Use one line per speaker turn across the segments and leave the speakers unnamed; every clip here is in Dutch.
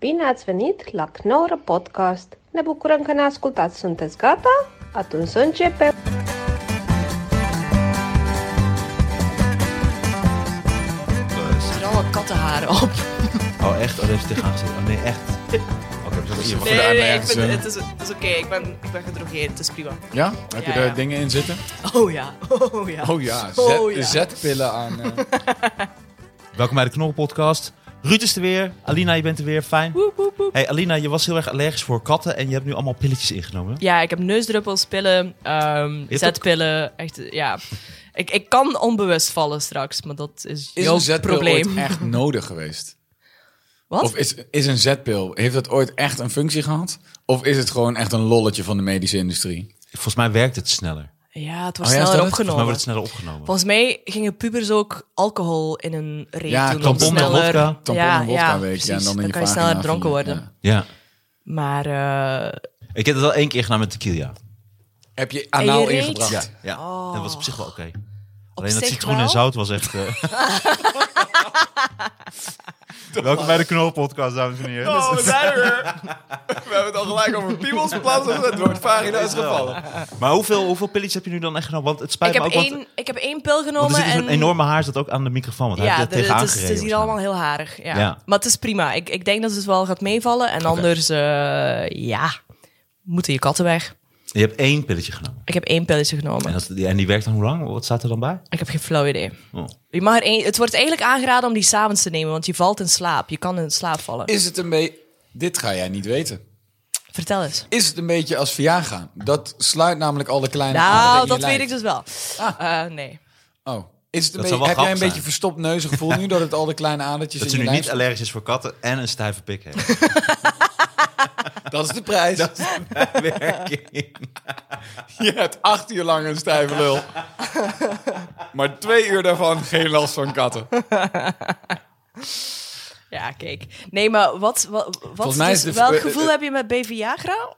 Bine ați venit la Knorr Podcast! Ne bucurăm că ne ascultați! Sunteți gata? Atunci să începem!
Er zitten allemaal kattenharen op.
Oh, echt? Oh, daar heeft hij tegenaan gezet. Oh, nee, echt. Oké, we zullen hier
Voor
Nee,
de
nee, ik
aanmerkingen.
ben, het is, het is oké. Ik, ben, ik ben gedrogeerd. Het is prima.
Ja?
Ja,
Heb je daar
ja.
dingen in zitten?
Oh ja. Oh ja.
Oh ja, zet,
Oh ja.
zetpillen aan. eh.
Welkom bij de Knol Podcast. Ruud is er weer. Alina, je bent er weer. Fijn.
Woep, woep, woep.
Hey, Alina, je was heel erg allergisch voor katten en je hebt nu allemaal pilletjes ingenomen.
Ja, ik heb neusdruppels, pillen, ehm,
hebt
zetpillen. Echt, eh, ja. Ik, ik kan onbewust vallen straks, maar dat is,
is
jouw
een zetpil
probleem.
ooit echt nodig geweest?
Wat?
Of is, is een zetpil, heeft dat ooit echt een functie gehad? Of is het gewoon echt een lolletje van de medische industrie?
Volgens mij werkt het sneller.
Ja, het wordt
Oh ja, is
sneller
dat
Volgens mij
het?
opgenomen.
wordt het sneller opgenomen.
Volgens mij gingen pubers ook alcohol in hun reet
Ja,
doen. om
tampon en
sneller...
vodka.
Tampon
ja,
en vodka
ja,
weet je, en
precies.
dan in je
kan je
vagina
sneller
van
dronken
je-
worden.
ja.
Ja.
Maar eh,
Ik heb het al één keer gedaan met tequila.
Heb je anaal
reet?
ingebracht?
Ja. ja. En dat was op zich wel oké. Alleen dat
Oh. zich
citroen
wel.
en zout was echt... eh. Welkom bij de Knol Podcast, dames en heren.
Oh,
we zijn er. We hebben het al gelijk over piemels plaatsen. Het wordt vagina is gevallen.
Maar hoeveel, hoeveel pilletjes heb je nu dan echt genomen? Want het spijt
ik, heb
me ook, want-
één, ik heb één pil
want
genomen.
er zit dus
en...
een enorme haar zat ook aan de microfoon. Want hij
Ja,
heeft
de-
er tegenaan
het, is, het is hier
gereden
allemaal heel harig. Ja.
Ja.
Maar het is prima. Ik, ik denk dat het wel gaat meevallen. En anders, eh, ja, moeten je katten weg.
Je hebt één pilletje genomen.
Ik heb één pilletje
En,
genomen.
dat, die- en die werkt dan hoe lang? Wat staat er dan bij?
Ik heb geen flauw idee.
Oh.
Je mag er één, het wordt eigenlijk aangeraden om die s'avonds te nemen, want je valt in slaap. Je kan in slaap vallen.
Is het een beetje... Dit ga jij niet weten.
Vertel eens.
Is het een beetje als Viagra? Dat sluit namelijk alle kleine aderen
Nou,
in
dat
je
weet ik
lijf.
dus wel. Eh, nee.
Oh. Is het een
Dat zou wel
beetje, heb jij een
grappig zijn.
beetje verstopt neuzengevoel nu dat het al de kleine adertjes
Dat
in
ze
je
nu
lijf
niet
zit?
allergisch is voor katten en een stijve pik heeft.
Dat is de prijs. Je hebt acht uur lang een stijve lul. Maar twee uur daarvan geen last van katten.
Ja, kijk. Nee, maar wat, wat, wat
Volgens mij is
dus-
de-
welk
eh,
gevoel
eh,
heb je met BViagra?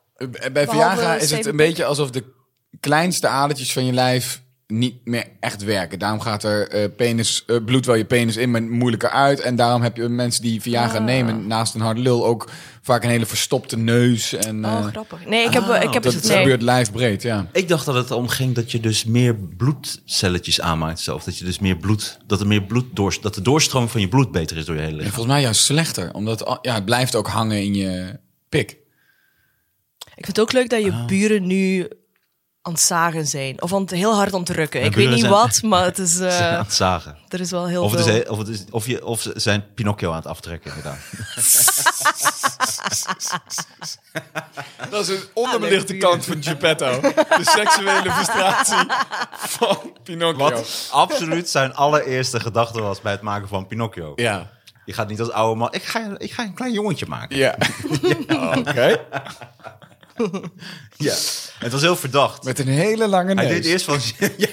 Bij Viagra is het
zeven
een beetje alsof de kleinste adertjes van je lijf niet meer echt werken. Daarom gaat er eh, penis, eh, bloed wel je penis in, maar moeilijker uit. En daarom heb je mensen die Viagra
Ah.
nemen naast een harde lul ook vaak een hele verstopte neus. En,
Oh,
eh,
grappig. Nee, ik heb, ik heb
dat
het,
het
nee.
gebeurt lijfbreed, ja.
Ik dacht dat het erom ging dat je dus meer bloedcelletjes aanmaakt zelf. Dat je dus meer bloed, dat er meer bloed door, dat de doorstroom van je bloed beter is door je hele
En
lichaam.
volgens mij juist slechter, omdat al- ja, het blijft ook hangen in je pik.
Ik vind het ook leuk dat
Ah.
je buren nu aan het zagen zijn. Of aan het heel hard aan het rukken. Ik weet
buren
niet
zijn-
wat, maar het is, eh,
aan het zagen.
er is wel heel
Of, het is,
veel...
he- of, het is, of, je, of ze zijn Pinocchio aan het aftrekken inderdaad.
Dat is een
onderbelichte kant
van Geppetto. De seksuele frustratie van Pinocchio.
Wat absoluut zijn allereerste gedachte was bij het maken van Pinocchio.
Ja.
Je gaat niet als oude man, ik ga, ik ga een klein jongetje maken.
Ja. Oké.
Ja. Het was heel verdacht.
Met een hele lange
Hij deed
neus.
eerst van,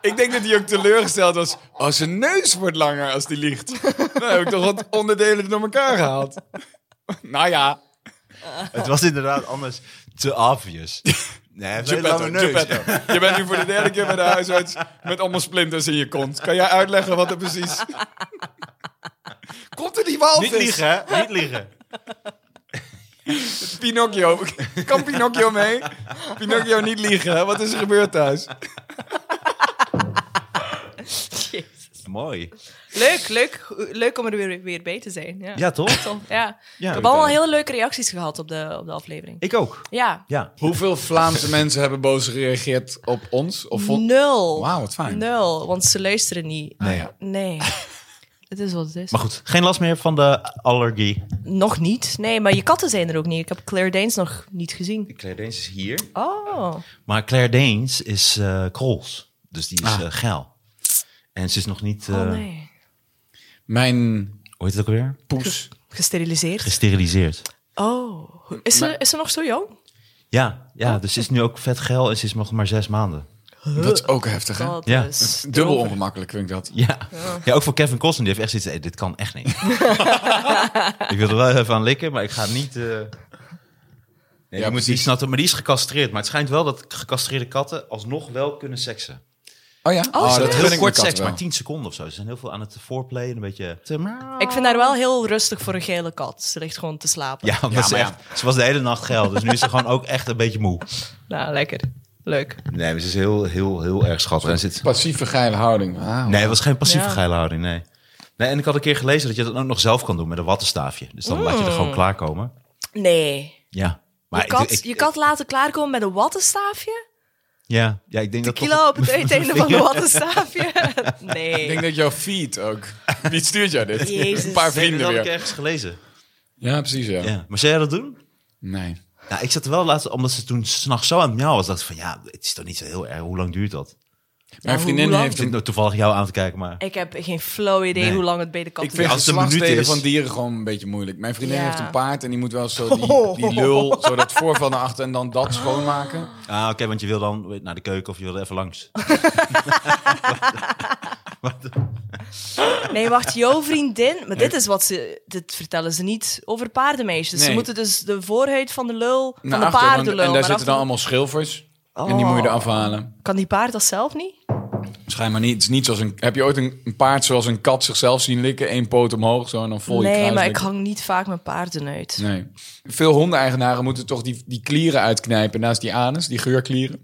Ik denk dat hij ook teleurgesteld was. Oh, zijn neus wordt langer als die liegt. Dan heb ik toch wat onderdelen door elkaar gehaald. Nou ja.
Het was inderdaad anders te obvious. Nee, hij heeft een lange neus.
Geppetto. Je bent nu voor de derde keer bij de huisarts met allemaal splinters in je kont. Kan jij uitleggen wat er precies... Komt er die walvis?
Niet liegen, hè? Niet liegen.
Pinocchio. Kan Pinocchio mee? Pinocchio niet liegen. hè? Wat is er gebeurd thuis?
Mooi.
Leuk, leuk. Leuk om er weer, weer bij te zijn. Ja.
Ja, toch?
Tof, ja.
Ja,
ik
leuk,
heb allemaal
hè?
hele leuke reacties gehad op de, op de aflevering.
Ik ook.
Ja,
Ja.
Hoeveel Vlaamse mensen hebben boos gereageerd op ons? Of vond...
nul.
Wauw, wat fijn.
Nul, want ze luisteren niet.
Nee, ja.
Nee. Het is wat het is.
Maar goed, geen last meer van de allergie.
Nog niet. Nee, maar je katten zijn er ook niet. Ik heb Claire Danes nog niet gezien.
Claire Danes is hier.
Oh.
Maar Claire Danes is eh Krols. Dus die is eh, geil. En ze is nog niet, eh
Oh nee.
Mijn
hoe heet het ook alweer?
poes.
Gesteriliseerd.
Gesteriliseerd.
Oh. Is ze, is ze nog zo jong?
Ja, ja dus ze is nu ook vet geil en ze is nog maar zes maanden.
Dat is ook heftig, hè?
Dat
Ja.
is
Dubbel ongemakkelijk vind ik dat.
Ja. ja, ook voor Kevin Costner. Die heeft echt zoiets hey, dit kan echt niet. ik wil er wel even aan likken, maar ik ga niet... eh, Nee, die, moet, die,
precies.
snapt het, maar die is gecastreerd. Maar het schijnt wel Ah, dat gecastreerde katten alsnog wel kunnen seksen.
Oh ja?
Oh, serieus?
gun
Heel
ik mijn
kort
kat
seks,
wel.
maar 10 seconden of zo. Ze zijn heel veel aan het voorplayen en een beetje... te-
Ik vind haar wel heel rustig voor een gele kat. Ze ligt gewoon te slapen.
Ja, omdat
Ja,
ze,
maar
echt, ze was de hele nacht geil, dus nu is ze gewoon ook echt een beetje moe.
Nou, lekker. Leuk.
Nee, maar ze is heel, heel, heel erg schattig. En zit...
Passieve geile houding. Wauw.
Nee, het was geen passieve
Ja.
geile houding, nee. nee. En ik had een keer gelezen dat je dat ook nog zelf kan doen met een wattenstaafje. Dus dan laat je er gewoon klaarkomen.
Nee.
Ja.
je, kat, je kat laten klaarkomen met een wattenstaafje?
Ja, ja ik denk dat... toch-
Kilo op het eetende van een wattenstaafje?
Ik denk
Nee.
dat jouw feed ook... Wie stuurt jou dit?
Jezus.
Een paar
Nee, dat
vrienden
had ik
weer.
ergens gelezen.
Ja, precies ja.
Ja. Maar zou jij dat doen?
Nee.
Nou, ik zat er wel laatst, omdat ze toen s'nachts zo aan het miauwen was, dacht ik van ja, het is toch niet zo heel erg, hoe lang duurt dat?
Mijn vriendin
hoe lang?
heeft
Ik zit
een...
nou toevallig jou aan te kijken, maar...
Ik heb geen flow idee
Nee.
hoe lang het bij de kat
Ik vind
Als het een minuut
geslachtsteden
is-
van dieren gewoon een beetje moeilijk. Mijn vriendin
Ja.
heeft een paard en die moet wel zo die, die lul, zo dat voorval naar achter en dan dat schoonmaken.
Ah, oké, want je wil dan weet, naar de keuken of je wil er even langs.
Nee, wacht, jouw vriendin. Maar dit is wat ze. Dit vertellen ze niet over paardenmeisjes. Ze
Nee.
moeten dus de voorhuid van de lul. Van
Naar
de
achter, want-
paardenlul.
en
maar Oh.
daar zitten
achter-
dan allemaal schilfers. En die moet je eraf halen.
Kan die paard dat zelf niet?
Schijnbaar niet. Het is niet zoals een, heb je ooit een, een paard zoals een kat zichzelf zien likken? één poot omhoog zo en dan vol je
nee,
kruis
maar
met-
ik hang niet vaak mijn paarden uit.
Nee. Veel hondeneigenaren moeten toch die, die klieren uitknijpen naast die anus, die geurklieren.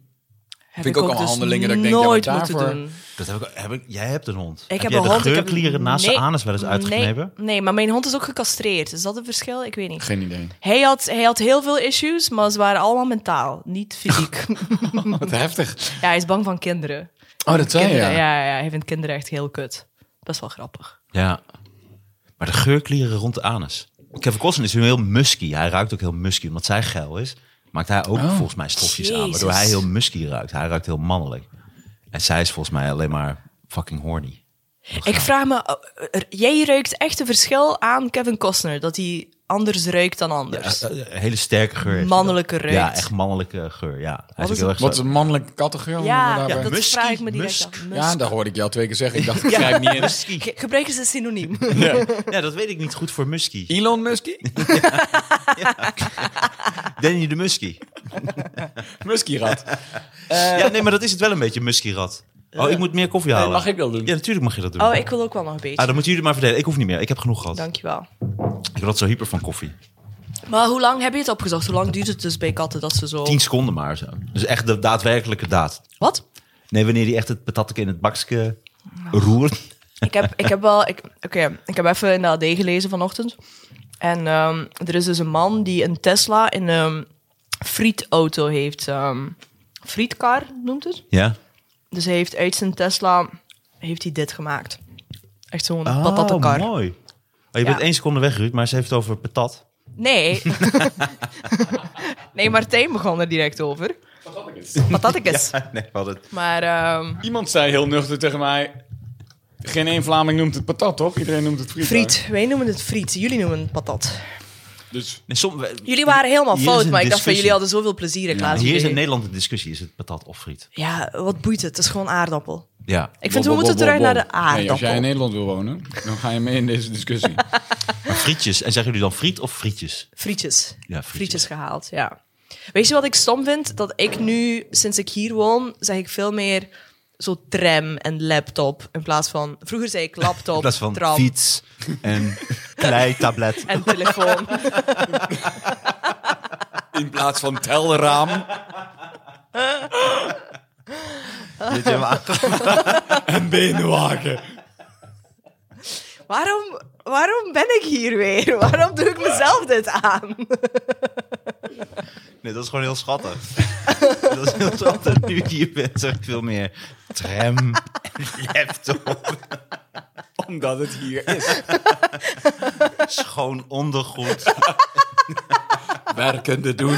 Heb dus
Vind ik ook allemaal handelingen dat ik denk, ja,
nooit
maar
moeten
daarvoor-
doen.
Dat heb ik, heb ik- jij hebt een hond.
Ik heb
jij
een hond.
de
ik heb-
geurklieren naast
nee,
de anus wel eens uitgeknepen?
Nee, nee, maar mijn hond is ook gecastreerd. Is dat een verschil? Ik weet niet.
Geen idee.
Hij had, hij had heel veel issues, maar ze waren allemaal mentaal, niet fysiek.
Wat heftig.
ja, hij is bang van kinderen.
Oh, dat zei je.
kinderen
Ja.
ja. Ja, hij vindt kinderen echt heel kut. Best wel grappig.
Ja. Maar de geurklieren rond de anus. Kevin Costner is heel musky. Hij ruikt ook heel musky, omdat zij geil is. Maakt hij ook
Oh,
volgens mij stofjes aan, waardoor
Jezus.
hij heel musky ruikt. Hij ruikt heel mannelijk. En zij is volgens mij alleen maar fucking horny.
Ik vraag me, eh, er- jij ruikt echt een verschil aan Kevin Costner, dat hij anders ruikt dan anders.
Eh, eh, hele sterke geur. heeft hij
Mannelijke
wel.
reuk.
Ja, echt mannelijke geur. Ja. Hij is ook
is
heel
het?
erg
Wat is
zo-
een mannelijke kattengeurman
Ja,
daarbij?
dat
Musky,
vraag ik me direct
musk.
af. Musk.
Ja, daar hoorde ik je al twee keer zeggen. Ik dacht, ik grijp niet in.
Ge- Gebruik eens een synoniem.
Ja, dat weet ik niet goed voor musky.
Elon Muskie?
Danny de musky.
Muskierat.
Ja, nee, maar dat is het wel een beetje, muskyrat. Oh, ik moet meer koffie halen.
mag ik dat doen?
Ja, natuurlijk mag je dat doen.
Oh, ik wil ook wel nog een beetje.
Ah, dan moeten jullie maar verdelen. Ik hoef niet meer. Ik heb genoeg gehad.
Dankjewel.
Ik word zo hyper van koffie.
Maar hoe lang heb je het opgezocht? Hoe lang duurt het dus bij katten dat ze zo...
10 seconden maar zo. Dus echt de daadwerkelijke daad.
Wat?
Nee, wanneer die echt het patatje in het bakje roert.
ik heb, ik heb wel. ik- Oké, ik heb even in de AD gelezen vanochtend. En ehm, er is dus een man die een Tesla in een frietauto heeft. ehm frietkar noemt het.
Ja.
Dus hij heeft uit zijn Tesla heeft hij dit gemaakt. Echt zo'n
Oh,
patatenkar.
mooi. Oh, je bent
Ja.
één seconde weg, Ruud, maar ze heeft het over patat.
Nee. nee, Martijn begon er direct over. Patatjes.
nee, wat het.
Maar ehm,
Iemand zei heel nuchter tegen mij... Geen één Vlaming noemt het patat, toch? Iedereen noemt het friet.
friet. Wij noemen het friet. Jullie noemen het patat.
Dus
Nee, som-
Jullie waren helemaal
Hier is
fout,
een
maar ik dacht van
discussie.
jullie hadden zoveel plezier. Ik laat
Hier is in
jullie-
Nederland een discussie: is het patat of friet?
Ja, wat boeit het? Het is gewoon aardappel.
Ja.
Ik vind, we moeten terug naar de
Nee, als
aardappel.
jij in Nederland wil wonen, dan ga je mee in deze discussie.
Maar frietjes. En zeggen jullie dan friet of frietjes?
Frietjes.
frietjes.
frietjes. gehaald, ja. Weet je wat ik stom vind? Dat ik nu, sinds ik hier woon, zeg ik veel meer zo tram en laptop. In plaats van, vroeger zei ik laptop,
In plaats van
tram
fiets en kleitablet.
en telefoon.
In plaats van telraam
Dit hebben we aange-
en benenwagen.
waarom, waarom ben ik hier weer? Waarom doe ik mezelf dit aan?
Nee, dat is gewoon heel schattig. dat is heel schattig. Nu ik hier ben, zeg ik veel meer tram en laptop.
Omdat het hier is.
Schoon ondergoed.
Werkende doen.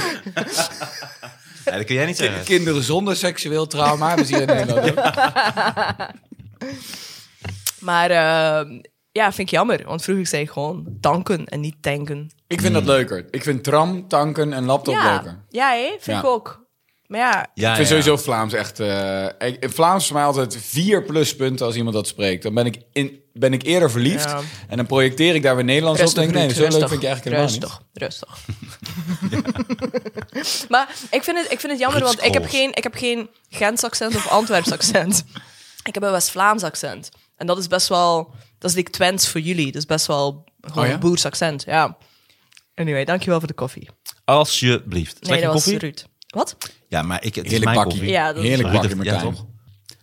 Ja, dat kun jij niet zeggen.
Kinderen zonder seksueel trauma. We zien het in Nederland ook.
Maar eh, ja, vind ik jammer. Want vroeger zei ik gewoon danken en niet tanken.
Ik vind dat leuker. Ik vind tram, tanken en laptop leuker.
Ja, ja hè? vind
Ja.
ik ook. Maar ja,
Ja,
ik vind sowieso Vlaams echt... eh, ik- Vlaams is voor mij altijd vier pluspunten als iemand dat spreekt. Dan ben ik, in, ben ik eerder verliefd.
Ja.
En dan projecteer ik daar weer Nederlands op.
Rustig,
denk ik, nee,
Ruud,
zo leuk
rustig,
vind ik je eigenlijk helemaal niet.
Rustig, rustig. maar ik vind het, ik vind het jammer,
Ruud
want ik heb,
Scholz.
geen, ik heb geen Gens accent of Antwerps accent. Ik heb een West-Vlaams accent. En dat is best wel... Dat is like Twents voor jullie. Dat is best wel gewoon
Oh ja?
een boers accent, ja. Anyway, dankjewel voor de koffie.
Alsjeblieft. Is
Nee,
lekker
dat was
koffie?
Ruud. Wat?
Ja, maar ik, het is
Heerlijk
mijn
bakkie.
koffie.
Ja, dat is-
Heerlijk
Ruud
bakkie,
heeft- ja,
Martijn.
toch?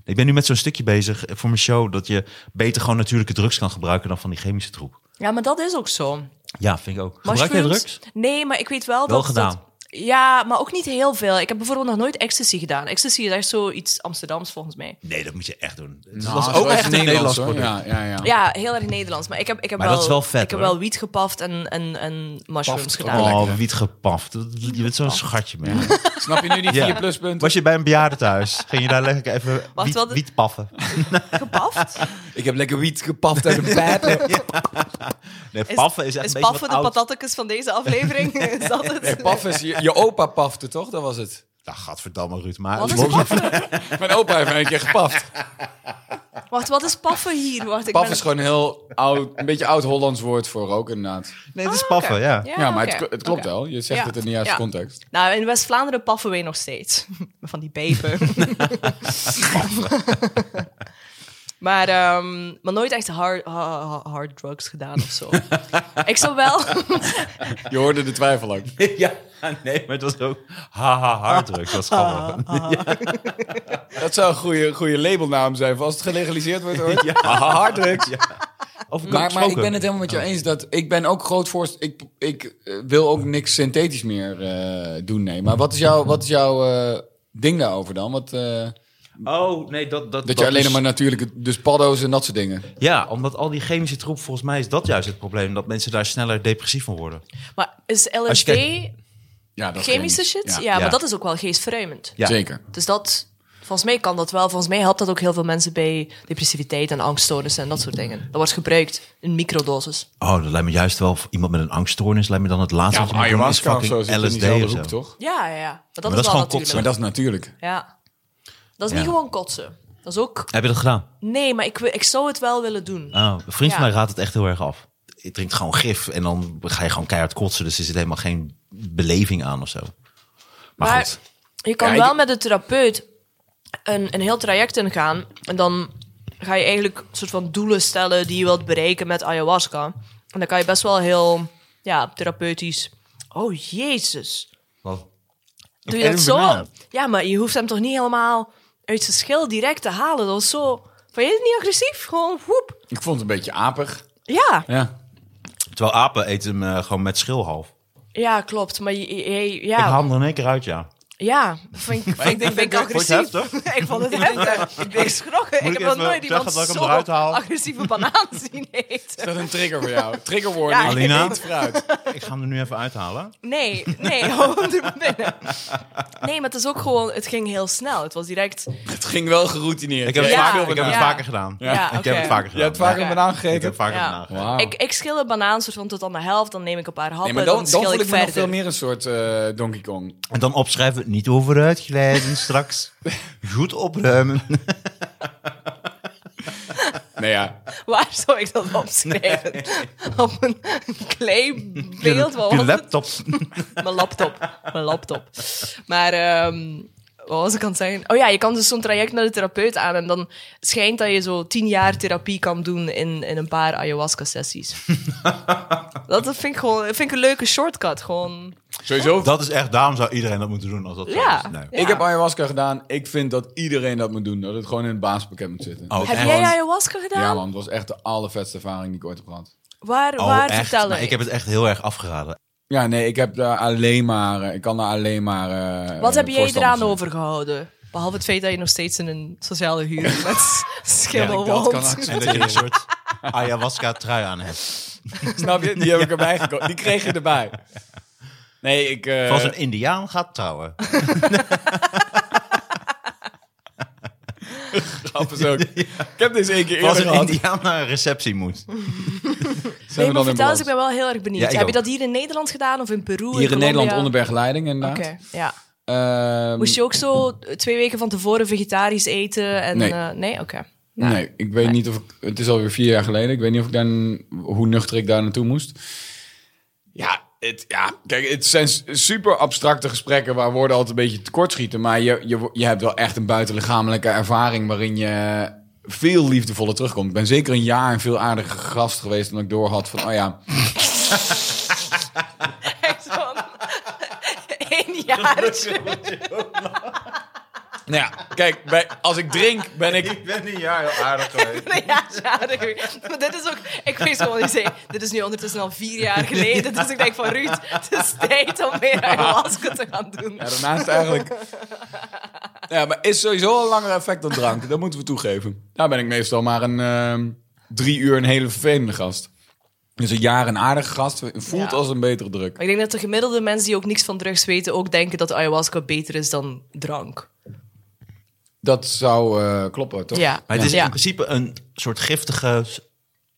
Ik ben nu met zo'n stukje bezig eh, voor mijn show dat je beter gewoon natuurlijke drugs kan gebruiken dan van die chemische troep.
Ja, maar dat is ook zo.
Ja, vind ik ook. Gebruik jij
Mushrooms?
drugs?
Nee, maar ik weet wel,
Wel
dat...
gedaan.
dat- ja, maar ook niet heel veel. Ik heb bijvoorbeeld nog nooit ecstasy gedaan. Ecstasy is echt zoiets Amsterdams volgens mij.
Nee, dat moet je echt doen. Het
Nou,
was
zo
ook
is
echt een Nederlands
hoor.
product.
Ja, ja, ja.
Ja, heel erg Nederlands. Maar ik heb, ik heb
Oh. Maar
wel,
dat is wel vet,
ik heb
hoor.
wel wiet gepaft en, en, en mushrooms
Paft,
gedaan.
Ja, lekker,
Oh,
hè?
wiet gepaft. Dat- Je bent zo'n schatje, man.
Snap je nu die
Ja.
vier pluspunten?
Was je bij een bejaarde thuis? Ging je daar lekker even
Wacht,
wiet,
wat-
wiet paffen?
Gepaft?
Ik heb lekker wiet gepaft uit een pijp.
Nee,
Is-
paffen is echt
Is
een beetje
paffen
wat
de
oud.
patattekes van deze aflevering? is dat het?
Nee, paf is je, je opa pafte, toch? Dat was het.
Nou, gadverdamme Ruud, maar...
Wat is paffen?
Mijn opa heeft een keer gepaft.
Wacht, wat is paffen hier? Wacht, ik
Paf
ben-
is gewoon een heel oud, een beetje oud-Hollands woord voor roken, inderdaad.
Nee, het is
Ah, oké.
paffen, ja.
Ja, maar het,
oké.
kl- het klopt
Oké.
wel. Je zegt
Ja.
het in de juiste
Ja.
context.
Nou, in West-Vlaanderen paffen wij nog steeds. Van die bepen. maar, ehm, maar nooit echt hard, ha- ha- hard drugs gedaan of zo. ik zou wel...
Je hoorde de twijfel ook.
Ja, nee, maar het was ook haha harddrugs. Dat is grappig.
Dat zou een goede, goede labelnaam zijn. voor Als het gelegaliseerd wordt, hoor. Harddrugs.
Over
Maar, maar ik
gesproken.
ben het helemaal met jou eens. Dat, ik ben ook groot voor... Ik, ik eh, wil ook niks synthetisch meer eh, doen, nee. Maar wat is jouw wat is jouw eh, ding daarover dan? Wat, eh,
Oh, nee, dat... Dat,
dat je alleen
is-
maar natuurlijke... Dus paddo's en dat soort dingen.
Ja, omdat al die chemische troep, volgens mij is dat juist het probleem. Dat mensen daar sneller depressief van worden.
Maar is
Als je
LSD
kijkt-
Ja, dat
chemische shit? Ja,
Ja.
maar dat is ook wel geestverruimend.
Ja.
Zeker.
Dus dat... Volgens mij kan dat wel. Volgens mij helpt dat ook heel veel mensen bij depressiviteit en angststoornissen en dat soort dingen. Dat wordt gebruikt in microdoses.
Oh, dat lijkt me juist wel... Iemand met een angststoornis lijkt me dan het laatste
Ja,
wat je moet doen, is
ayahuasca of
fucking
zo zit in
LSD
diezelfde
of zo.
hoek, toch?
Ja, ja, ja. Maar dat
dat
is
is
wel
gewoon
natuurlijk.
Maar dat is natuurlijk.
Ja. Dat is
Ja.
niet gewoon kotsen. Dat is ook...
Heb je dat gedaan?
Nee, maar ik, wi- ik zou het wel willen doen.
Oh, een vriend van
Ja.
mij raadt het echt heel erg af. Je drinkt gewoon gif en dan ga je gewoon keihard kotsen. Dus er zit helemaal geen beleving aan of zo. Maar,
Maar-
goed.
Je kan
Ja, ik-
wel met de therapeut een, een heel traject ingaan. En dan ga je eigenlijk een soort van doelen stellen die je wilt bereiken met ayahuasca. En dan kan je best wel heel ja, therapeutisch. Oh jezus.
Wat?
Doe
Ik
je dat
even
zo?
benauwd.
Ja, maar je hoeft hem toch niet helemaal uit zijn schil direct te halen. Dat is zo. Vond je het niet agressief? Gewoon woep.
Ik vond het een beetje apig.
Ja.
Ja.
Terwijl apen eten hem eh, gewoon met schil half.
Ja, klopt. Maar je, je- je-
Ik haal
ja,
hem er in één keer uit, ja.
ja, vind ik, vind ik, vind ik
Vond je
agressief.
het heftig?
Ik vond het heftig. Ik ben geschrokken.
Moet
ik
ik
heb nog
even
nooit iemand
zeggen dat ik hem
zo
eruit haal?
agressieve banaan zien
Is
eten.
dat een trigger voor jou? Trigger
Ja,
warning.
Alina?
Eet fruit.
Ik ga hem er nu even uithalen.
Nee, nee, hou hem er binnen. Nee, maar het is ook gewoon... Het ging heel snel. Het was direct...
Het ging wel geroutineerd.
Ik heb,
Ja,
het,
Ja.
vaker,
veel
ik heb
banaan.
het
Ja.
vaker gedaan.
Ja,
Ik heb
oké.
het vaker gedaan.
Je hebt vaker
Ja.
een banaan
Ik heb
gegeten?
het vaker
Ja.
gedaan.
Wauw.
Ik, ik schil een banaan soort van tot aan de helft. Dan neem ik een paar happen.
Nee, maar
dan,
dan, dan
schil
voel ik
ik
me nog
verder.
veel meer een soort eh, Donkey Kong.
En dan opschrijven, niet overuitglijden straks. Goed opruimen.
Nee, Nou ja.
Waar zou ik dat opschrijven? Op een kleibeeld? Wat
Je
was het?
laptop.
Mijn laptop. Mijn laptop. Maar ehm, wat was ik aan het zeggen? Oh ja, je kan dus zo'n traject naar de therapeut aan. En dan schijnt dat je zo tien jaar therapie kan doen in, in een paar ayahuasca-sessies. dat vind ik gewoon vind ik een leuke shortcut. Gewoon,
Sowieso.
Dat is echt, daarom zou iedereen dat moeten doen als dat zo
ja.
is. Nee.
ja.
Ik heb ayahuasca gedaan. Ik vind dat iedereen dat moet doen. Dat het gewoon in het basispakket moet zitten.
Oh,
Heb
echt?
jij ayahuasca gedaan?
Ja, man. Het was echt de allervetste ervaring die ik ooit heb gehad.
Waar,
Oh,
waar
echt?
vertel
Maar ik heb het echt heel erg afgeraden.
Ja, nee. Ik heb daar alleen maar... eh, Ik kan daar alleen maar... eh,
Wat heb jij
voorstanders
eraan
van.
overgehouden? Behalve het feit dat je nog steeds in een sociale huur met schimmel
Ja, dat kan
woont.
ook.
En dat je een soort ayahuasca-trui aan hebt.
Snap je? Die heb ik erbij gekocht. Die kreeg je erbij. Nee, ik... eh,
Als een indiaan gaat trouwen.
grap is ook... Ik heb deze één keer eerder
Als een
gehad.
indiaan naar een receptie moet.
Zijn
Nee,
we
maar
dan
vertel
in
eens, ik
balans.
ben wel heel erg benieuwd.
Ja, ik
heb je
ook.
dat hier in Nederland gedaan of in Peru? in
Hier in Nederland
Colombia?
onder Bergleiding inderdaad.
Oké, ja.
Ehm,
Moest je ook zo twee weken van tevoren vegetarisch eten? En,
Nee.
eh, nee? Oké. Ja.
Nee, ik weet niet of ik... Het is alweer vier jaar geleden. Ik weet niet of ik daar... Hoe nuchter ik daar naartoe moest. Ja, het, ja, kijk, het zijn s- super abstracte gesprekken waar woorden altijd een beetje tekortschieten. Maar je, je, je hebt wel echt een buitenlichamelijke ervaring waarin je veel liefdevoller terugkomt. Ik ben zeker een jaar een veel aardiger gast geweest... dan ik door had van, oh ja,
Echt van... Eén jaar.
nou ja kijk, bij, als ik drink ben ik...
Ik ben een jaar heel aardig geweest.
Nee, ja, zaterdag. Maar dit is ook... Ik weet gewoon niet zeggen. Dit is nu ondertussen al vier jaar geleden. Dus ik denk van, Ruud, het is tijd om weer ayahuasca te gaan doen.
Ja, daarnaast eigenlijk... Ja, maar is sowieso een langer effect dan drank. Dat moeten we toegeven. Daar ben ik meestal maar een ehm, drie uur een hele vervelende gast. Dus een jaar een aardige gast voelt
Ja.
als een betere druk.
Maar ik denk dat de gemiddelde mensen die ook niks van drugs weten... ook denken dat ayahuasca beter is dan drank.
Dat zou eh, kloppen, toch?
Ja.
Maar het is
ja.
in principe een soort giftige s-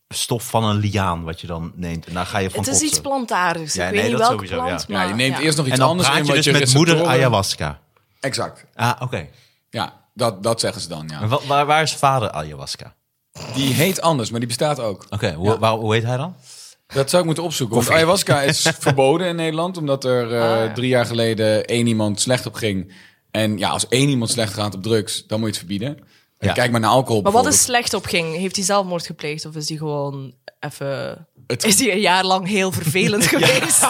stof van een liaan wat je dan neemt. En daar ga je van
Het is
kotsen.
iets plantaardigs.
Ja,
ik
nee,
weet niet
dat
welke
sowieso, ja.
plant,
Ja, je
maar-
neemt
ja.
eerst nog iets
En dan
anders
praat
in
je
wat
dus
je
met moeder
receptoren-
ayahuasca.
Exact.
Ah, oké.
Ja, dat, dat zeggen ze dan,
En
ja.
wa- waar, waar is vader ayahuasca?
Die heet anders, maar die bestaat ook.
Oké, hoe, waar- hoe heet hij dan?
Dat zou ik moeten opzoeken. Want ayahuasca is verboden in Nederland, omdat er eh,
Oh,
drie jaar geleden één iemand slecht op ging. En ja, als één iemand slecht gaat op drugs, dan moet je het verbieden. En
Ja.
Kijk maar naar alcohol
Maar wat
bijvoorbeeld.
is slecht op ging? Heeft hij zelfmoord gepleegd of is hij gewoon even...
Het-
Is hij een jaar lang heel vervelend geweest?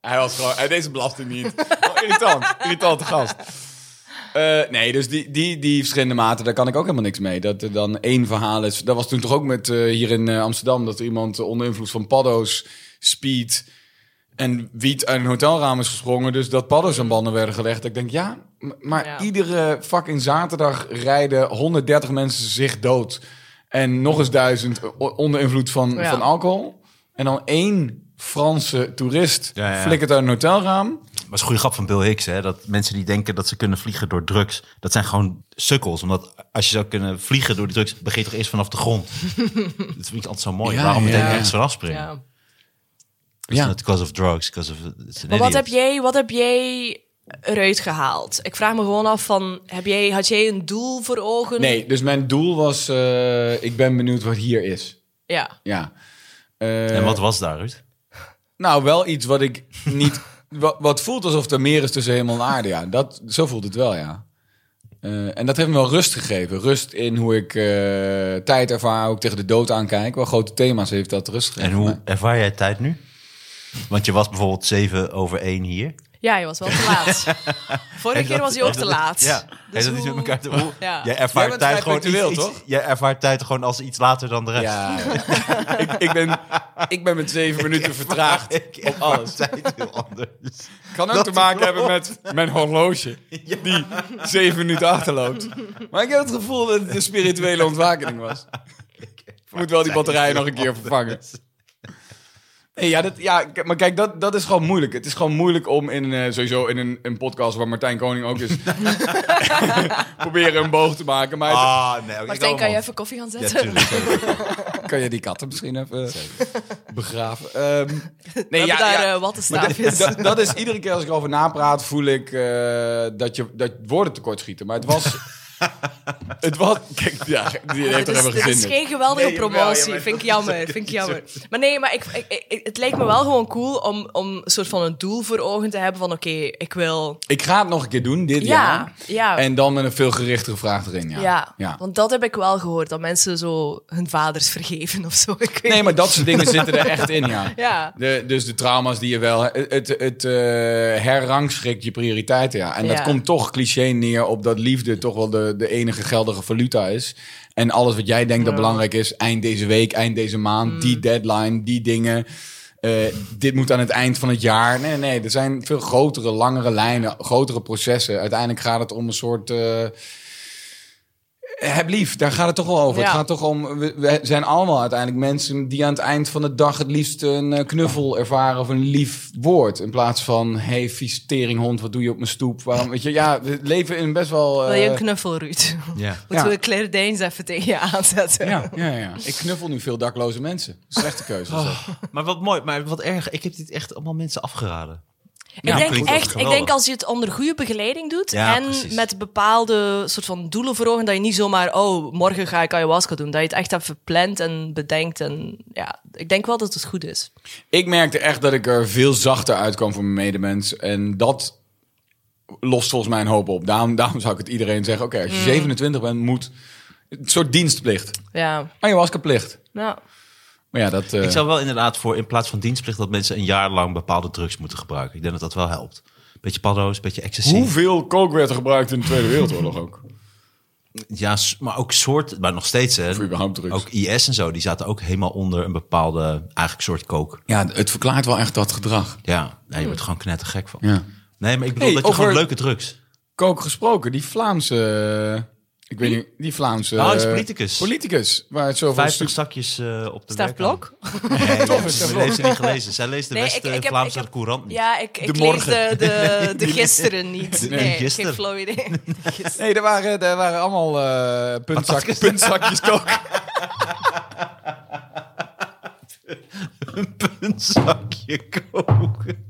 Hij was gewoon, hij deed zijn belasting niet. Oh, irritant, irritante gast. Eh, nee, dus die, die, die verschillende maten, daar kan ik ook helemaal niks mee. Dat er dan één verhaal is. Dat was toen toch ook met eh, hier in eh, Amsterdam, dat er iemand eh, onder invloed van paddo's, speed en wiet uit een hotelraam is gesprongen. Dus dat paddo's aan banden werden gelegd. Dat ik denk, ja, m- maar
Ja.
iedere fucking zaterdag rijden 130 mensen zich dood. En nog eens duizend o- onder invloed van,
Ja.
van alcohol. En dan één Franse toerist
Ja, ja.
flikkert uit een hotelraam.
Maar het is een goede grap van Bill Hicks, hè? Dat mensen die denken dat ze kunnen vliegen door drugs, dat zijn gewoon sukkels. Omdat als je zou kunnen vliegen door die drugs, begin je toch eerst vanaf de grond. dat vind ik altijd zo mooi.
Ja,
Waarom
ja.
meteen rechts vanaf springen?
ja.
It's
Ja.
not because of drugs, because of... it's an
Maar wat
idiot.
heb, jij, wat heb jij eruit gehaald? Ik vraag me gewoon af van, heb jij, had jij een doel voor ogen?
Nee, dus mijn doel was, eh, ik ben benieuwd wat hier is.
Ja.
Ja. Eh,
En wat was daar, Ruud?
Nou, wel iets wat ik niet... wat, wat voelt alsof er meer is tussen hemel en aarde, ja. Dat, zo voelt het wel, ja. Eh, en dat heeft me wel rust gegeven. Rust in hoe ik eh, tijd ervaar, hoe ik tegen de dood aankijk. Wel grote thema's heeft dat rust gegeven.
En hoe ervaar jij tijd nu? Want je was bijvoorbeeld 7 over 1 hier.
Ja, je was wel te laat. Vorige keer was hij ook te laat.
Ja.
Dus
Heeft dat iets
hoe-
met elkaar te hoe-
Ja.
Jij
Jij
ervaart
bent
tijd
vrij
gewoon
punctueel,
iets- iets-
toch?
Jij ervaart tijd gewoon als iets later dan de rest.
Ja, ja. ik, ik, ben, ik ben met zeven minuten vertraagd
Ik
op
ervaar
alles.
tijd heel anders.
Kan ook
Dat
te maken
klopt.
hebben met mijn horloge. Die zeven minuten achterloopt. Maar ik heb het gevoel dat het een spirituele ontwaking was. Ik moet wel die batterij nog een keer vervangen. Nee, ja, dat, ja, k- maar kijk, dat, dat is gewoon moeilijk. Het is gewoon moeilijk om in, eh, sowieso in een, een podcast waar Martijn Koning ook is... proberen een boog te maken. Maar het-
Ah, nee. oké,
Martijn,
kom
kan je
op.
even koffie gaan
Ja,
zetten?
tuurlijk.
kan je die katten misschien even begraven? Ehm, nee,
We
ja,
hebben daar
ja.
eh, wat te staafjes.
dat, dat is iedere keer als ik erover napraat, voel ik eh, dat, je, dat woorden tekortschieten. Maar het was. het was. Kijk, ja, die heeft
Dit
er
is,
helemaal
dit
geen
is
zin in.
geen geweldige
Nee, jawel,
promotie.
jawel,
vind ik
dat is
jammer.
ook
Vind ik
niet zo.
jammer. Maar nee, maar ik, ik, ik- het lijkt me wel gewoon cool om, om een soort van een doel voor ogen te hebben. Van oké, ik wil.
Ik ga het nog een keer doen dit
Ja,
jaar.
ja.
En dan met een veel gerichtere vraag erin. Ja.
ja.
Ja.
want dat heb ik wel gehoord. Dat mensen zo hun vaders vergeven of zo. Ik weet
Nee,
niet.
maar dat soort dingen zitten er echt in, ja.
Ja.
De, dus de trauma's die je wel... Het, het, het eh, herrangschikt je prioriteiten, ja. En dat
Ja.
komt toch cliché neer op dat liefde toch wel de, de enige geldige valuta is. En alles wat jij denkt dat belangrijk is... eind deze week, eind deze maand,
Mm.
die deadline, die dingen... eh, dit moet aan het eind van het jaar. Nee, nee, er zijn veel grotere, langere lijnen, grotere processen. Uiteindelijk gaat het om een soort... eh, heb lief, daar gaat het toch wel over.
Ja.
Het gaat toch om, we, we zijn allemaal uiteindelijk mensen die aan het eind van de dag het liefst een eh, knuffel ervaren of een lief woord. In plaats van, hey vies teringhond, wat doe je op mijn stoep? Waarom, weet je, ja, we leven in best wel... eh,
Wil je een knuffel, Ruud?
Ja.
Moeten
Ja.
we Claire Deens even tegen je aanzetten?
ja, ja, ja. Ik knuffel nu veel dakloze mensen. Slechte keuze. is dat.
Oh.
Maar wat mooi, maar wat erg. Ik heb dit echt allemaal mensen afgeraden.
Ik
Ja,
denk
klinkt echt
echt, ik
geweldig.
denk als je het onder goede begeleiding doet
Ja,
en
precies.
met bepaalde soort van doelen voor ogen, dat je niet zomaar, oh, morgen ga ik ayahuasca doen. Dat je het echt even plant en bedenkt. En ja, ik denk wel dat het goed is.
Ik merkte echt dat ik er veel zachter uitkwam voor mijn medemens. En dat lost volgens mij een hoop op. Daarom, daarom zou ik het iedereen zeggen. Oké,
Mm.
als je 27 bent, moet... Een soort dienstplicht.
Ja,
Ayahuasca-plicht.
nou,
Maar ja, dat... eh,
Ik zou wel inderdaad voor in plaats van dienstplicht dat mensen een jaar lang bepaalde drugs moeten gebruiken. Ik denk dat dat wel helpt. Beetje paddo's, beetje ecstasy.
Hoeveel coke werd er gebruikt in de Tweede Wereldoorlog ook?
Ja, s- maar ook soort, maar nog steeds hè.
Of überhaupt drugs.
Ook IS en zo, die zaten ook helemaal onder een bepaalde eigenlijk soort kook.
Ja, het verklaart wel echt dat gedrag.
Ja, nee,
Hmm.
je wordt gewoon knettergek van.
Ja.
Nee, maar ik bedoel
Hey,
dat je gewoon
over-
leuke drugs.
Kook gesproken, die Vlaamse... eh, Ik weet niet, die Vlaamse...
Oh, die is
eh,
politicus.
Politicus, waar het zoveel...
50
stuk-
zakjes eh, op de
Staaf Blok?
Nee, dat
is Staaf
heeft ze
Blok.
heeft ze niet gelezen. Zij leest de
Nee, ik- ik heb-
West-Vlaamse
ik heb-
Courant niet.
Ja, ik, ik
De
lees de,
morgen.
de, de gisteren niet.
Nee,
Nee, ik
gisteren.
geen flow idee. De gisteren.
Nee, er waren, er waren allemaal eh puntzak, puntzakjes kook.
Een zakje koken.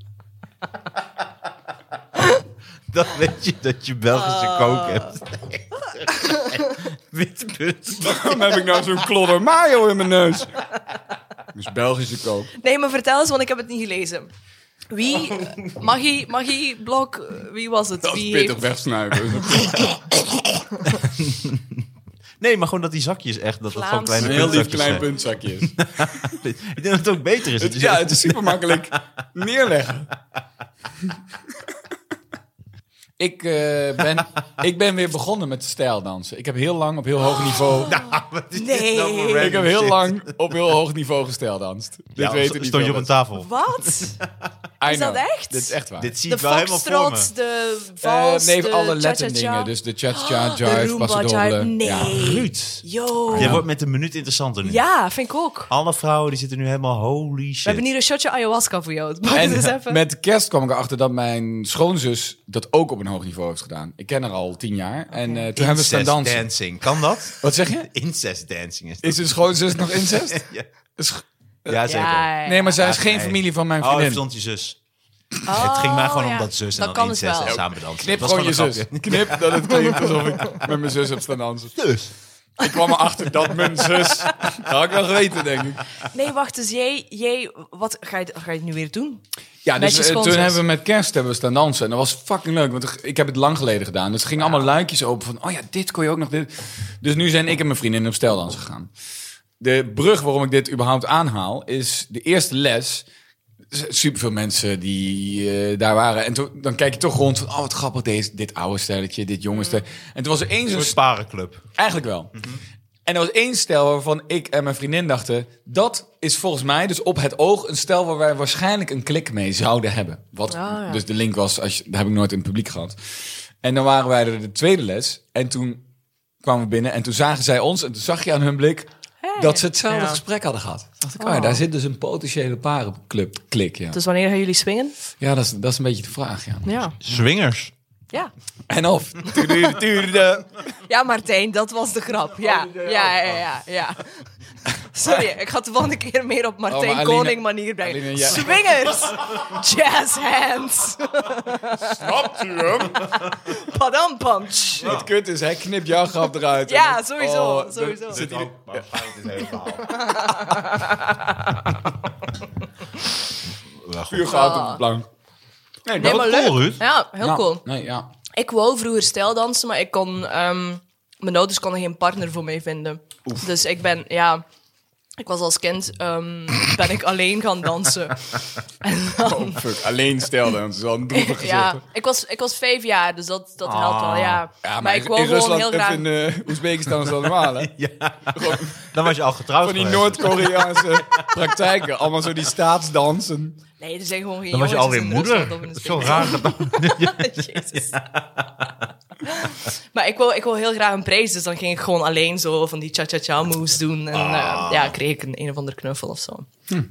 Dan weet je dat je Belgische
Ah.
kook hebt. Wit punt.
Waarom heb ik nou zo'n klodder mayo in mijn neus? Dus Belgische kook.
Nee, maar vertel eens, want ik heb het niet gelezen. Wie, Maggie, Maggie Blok, eh, wie was het?
Dat is
wie
pittig
heeft-
wegsnuiven.
Nee, maar gewoon dat die zakjes echt, dat dat gewoon
Vlaams.
kleine
Een heel
puntzakjes
lief klein
zijn.
puntzakje is.
Ik denk dat het ook beter is.
Het-
Het is
ja,
echt-
het is super makkelijk neerleggen. Ik, eh, ben, ik ben weer begonnen met stijldansen. Ik heb heel lang op heel
Oh,
hoog niveau...
Wat is dit
Nee.
nou voor
Ik
random
ik heb heel
shit?
lang op heel hoog niveau gestijldanst. Dit
Ja,
weten
st-
niet
stond je
veel
op een
mensen.
tafel.
Wat?
I
Is dat
know.
echt?
Dit is echt waar.
Dit zie
De
ik wel helemaal voor me.
foxtrot, de
Eh,
vals,
nee,
de
alle
cha-cha-cha. Oh,
letterdingen. Dus de cha-cha,
de
jive,
Roomba
pasodoble.
jive. Nee.
Ja.
Ruud,
Yo.
jij wordt met de minuut interessanter nu.
Ja, vind ik ook.
Alle vrouwen die zitten nu helemaal holy shit.
We hebben hier een shotje ayahuasca voor jou. Pak het
En
eens even.
met kerst kwam ik erachter dat mijn schoonzus dat ook op een hoog niveau heeft gedaan. Ik ken haar al tien jaar. En eh, toen hebben we staan
Incest
dansen.
dancing, kan dat?
Wat zeg je?
Incest dancing is dat.
Is hun schoonzus nog incest?
Ja,
Is-
ja zeker.
Ja, ja.
Nee, maar zij is
Ja,
geen
nee.
familie van mijn
Oh, ik
vriendin.
verstond je zus.
Oh,
het ging mij gewoon
ja.
om dat zus en
Dat
dan
kan het
incest en
wel.
samen dansen.
Knip
Dat was
gewoon je
een
zus. Knip dat het klinkt alsof ik met mijn zus heb staan dansen.
grapje. Zus.
Ik kwam erachter dat mijn zus... Dat had ik wel geweten, denk ik.
Nee, wacht, dus jij, jij wat ga je, ga je het nu weer doen?
Ja,
Met
dus
je
eh, toen
schoonzus.
hebben we met kerst hebben we staan dansen. En dat was fucking leuk, want er- ik heb het lang geleden gedaan. Dus er gingen allemaal luikjes open van, oh ja, dit kon je ook nog dit. Dus nu zijn ik en mijn vriendin op stijldansen gegaan. De brug waarom ik dit überhaupt aanhaal, is de eerste les. Super veel mensen die eh, daar waren. En toen, dan kijk je toch rond van, oh wat grappig, deze, dit oude stelletje, dit jonge
Mm.
stelletje. En toen was er één zo'n...
Een sparenclub.
Eigenlijk wel. En er was één stel waarvan ik en mijn vriendin dachten... dat is volgens mij dus op het oog een stel waar wij waarschijnlijk een klik mee zouden hebben. Wat
Oh, ja.
dus de link was, als je, dat heb ik nooit in het publiek gehad. En dan waren wij er de tweede les en toen kwamen we binnen... en toen zagen zij ons en toen zag je aan hun blik... dat ze hetzelfde
Ja.
gesprek hadden gehad. Toen dacht ik, oh ja, daar zit dus een potentiële parenclub klik, ja.
Dus wanneer gaan jullie swingen?
Ja, dat is, dat is een beetje de vraag, ja.
Ja.
Swingers.
Ja,
En of... Tudu, tudu.
ja Martijn, dat was de grap.
Oh,
Ja, ja, ja, ja. ja, Sorry, ik ga het de volgende keer meer op Martijn
Oh, maar Aline-
Koning manier brengen.
Aline, jij-
Swingers! Jazz hands!
Snapt u hem?
Padam pam. tsch.
Het kut is, hij knipt jouw grap eruit.
Ja,
En-
sowieso,
dat-
sowieso.
Oh, zit hier-
Oh,
puur goud op het plank. Nee,
Oh. Nee,
dat-
maar
Wat
leuk.
cool, Ruud.
Ja, heel
Ja,
cool.
Nou, Nee, ja.
Ik wou vroeger stijldansen, maar ik kon, ehm, mijn ouders konden geen partner voor mij vinden. Dus ik ben, ja, ik was als kind, ehm, ben ik alleen gaan dansen.
Oh, fuck. Alleen stelde, het is wel een droevig gezicht.
ja, ik was, ik was vijf jaar, dus dat, dat helpt wel, ja.
Ah. Ja,
maar ik wou
in
gewoon
Rusland
heel
of
graag...
in eh, Oezbekistan is dat normaal, hè?
Dan was je al getrouwd
Van die
geweest.
Noord-Koreaanse praktijken. Allemaal zo die staatsdansen.
Nee, er zijn gewoon geen
Dan was je
jongetjes
alweer
in
moeder.
Rusland of in de
Zo'n
States.
raar gedachte.
Jezus. maar ik wil, ik wil heel graag een prijs, dus dan ging ik gewoon alleen zo van die cha-cha-cha moves doen. En
Ah.
eh, ja, kreeg ik een, een of ander knuffel of zo.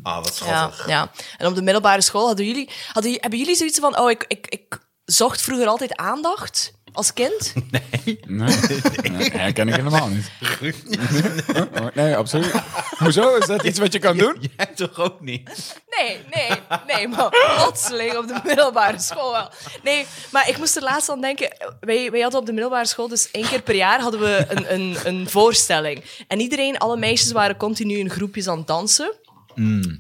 Ah, wat
Ja,
schattig.
ja. En op de middelbare school hadden jullie, hadden, jullie- hebben jullie zoiets van: oh, ik, ik, ik zocht vroeger altijd aandacht als kind?
Nee, nee, herken ik helemaal niet. Oh, Nee, absoluut. Hoezo? Is dat iets wat je kan doen?
Jij toch ook niet?
Nee, nee, nee, maar plotseling op de middelbare school wel. Nee, maar ik moest er laatst aan denken. Wij, wij hadden op de middelbare school, dus één keer per jaar hadden we een, een, een voorstelling. En iedereen, alle meisjes waren continu in groepjes aan het dansen.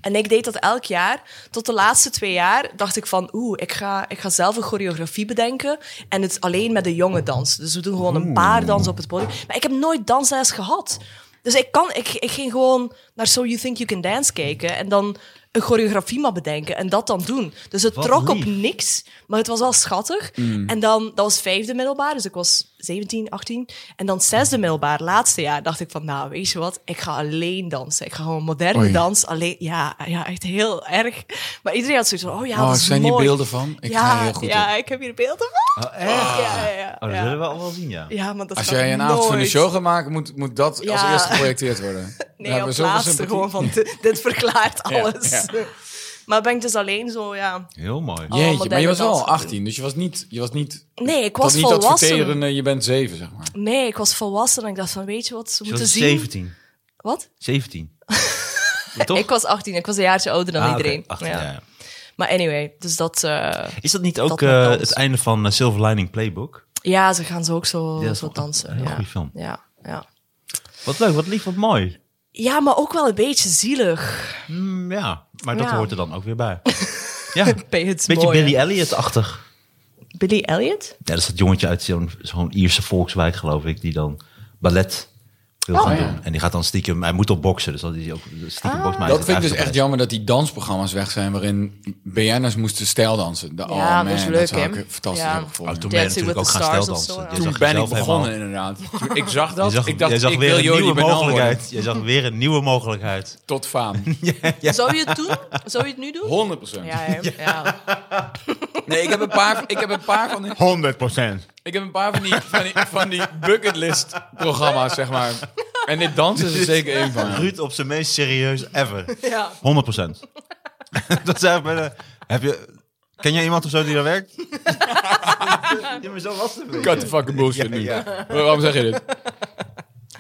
En ik deed dat elk jaar. Tot de laatste twee jaar dacht ik van... Oeh, ik ga, ik ga zelf een choreografie bedenken. En het alleen met de jonge dans. Dus we doen gewoon een paar dansen op het podium. Maar ik heb nooit dansles gehad. Dus ik, kan, ik, ik ging gewoon naar So You Think You Can Dance kijken. En dan een choreografie maar bedenken. En dat dan doen. Dus het
Wat
trok op
lief.
niks. Maar het was wel schattig.
Mm.
En dan, dat was vijfde middelbaar. Dus ik was 17, 18. En dan zesde middelbaar, laatste jaar, dacht ik van... Nou, weet je wat? Ik ga alleen dansen. Ik ga gewoon moderne
Oei.
dans. Alleen, ja, ja, echt heel erg. Maar iedereen had zoiets van... Oh ja,
Oh,
dat is
zijn
mooi.
hier beelden van? Ik
ja,
ga er heel goed
ja,
op.
ik heb hier beelden van.
Oh, echt?
Ja, ja, ja.
Oh, dat
ja.
zullen we allemaal zien, ja.
Ja, maar dat
Als
kan
jij een
nooit.
avond van de show gaat maken, moet, moet dat als
Ja.
eerste geprojecteerd worden. We
Nee,
hebben
op het
zoveel
laatste
sympathie.
gewoon van... Dit, dit verklaart
Ja,
alles.
ja.
Maar ben ik dus alleen zo, ja...
Heel mooi.
allemaal
Jeetje, maar je was
moderne
wel
dans.
18, dus je was niet... Je was niet
Nee, ik
dat
was
niet dat
volwassen.
verterende, je bent zeven, zeg maar.
Nee, ik was volwassen en ik dacht van, weet je wat, ze
Ze
moeten
was
zien...
17.
Wat?
17. Ja, Toch?
Ik was 18, ik was een jaartje ouder dan
Ah, oké,
iedereen.
18,
ja.
ja, ja.
Maar anyway, dus dat... eh,
Is dat niet ook
met
eh,
dans.
het einde van eh, Silver Lining Playbook?
ja, ze gaan ze ook zo,
Ja, dat is
zo
wel een-
dansen.
een
ja.
goede film.
Ja, ja.
Wat leuk, wat lief, wat mooi.
ja, maar ook wel een beetje zielig.
Mm, ja, maar dat
Ja.
hoort er dan ook weer bij. ja, een
Bij het
beetje
mooie.
Billy Elliot-achtig.
Billy Elliot?
Ja, dat is dat jongetje uit zo'n zo'n Ierse volkswijk, geloof ik, die dan ballet
Oh,
wil gaan
ja.
doen. En die gaat dan stiekem, hij moet op boksen, dus dat is ook
Ah.
stiekem boksen. maar hij
Dat
is
vind ik dus echt
eigenlijk
jammer dat die dansprogramma's weg zijn... waarin BN'ers moesten stijldansen. De, oh
Ja,
man,
dat is leuk,
zou ik
hè?
fantastisch
Ja.
hebben gevonden.
Oh, toen ben je
Dancing
natuurlijk ook
with the Stars
gaan steldansen.
of zo,
Je
ja.
Toen
zag
ben ik
jezelf helemaal-
begonnen, inderdaad. Toen- ik zag
Je
dat,
zag,
ik dacht,
jij zag
ik
weer
wil
een
Jody
nieuwe
Bernal worden.
mogelijkheid. Je zag weer een nieuwe mogelijkheid.
Tot faam. 100%.
Zou je het doen? Zou je het nu doen? Ja, hè? ja.
Nee, ik heb een paar, ik heb een paar van die,
100 procent.
ik heb een paar van die, van die, van die bucketlist programma's, zeg maar. En dit dansen is
Dus-
er zeker één van.
Ruud op zijn meest serieus ever.
Ja.
100 procent. Dat is eigenlijk bij de- Heb je... Ken jij iemand of zo die daar werkt? ja, maar zo was het een beetje.
Cut the fucking bullshit nu. Waarom zeg je dit?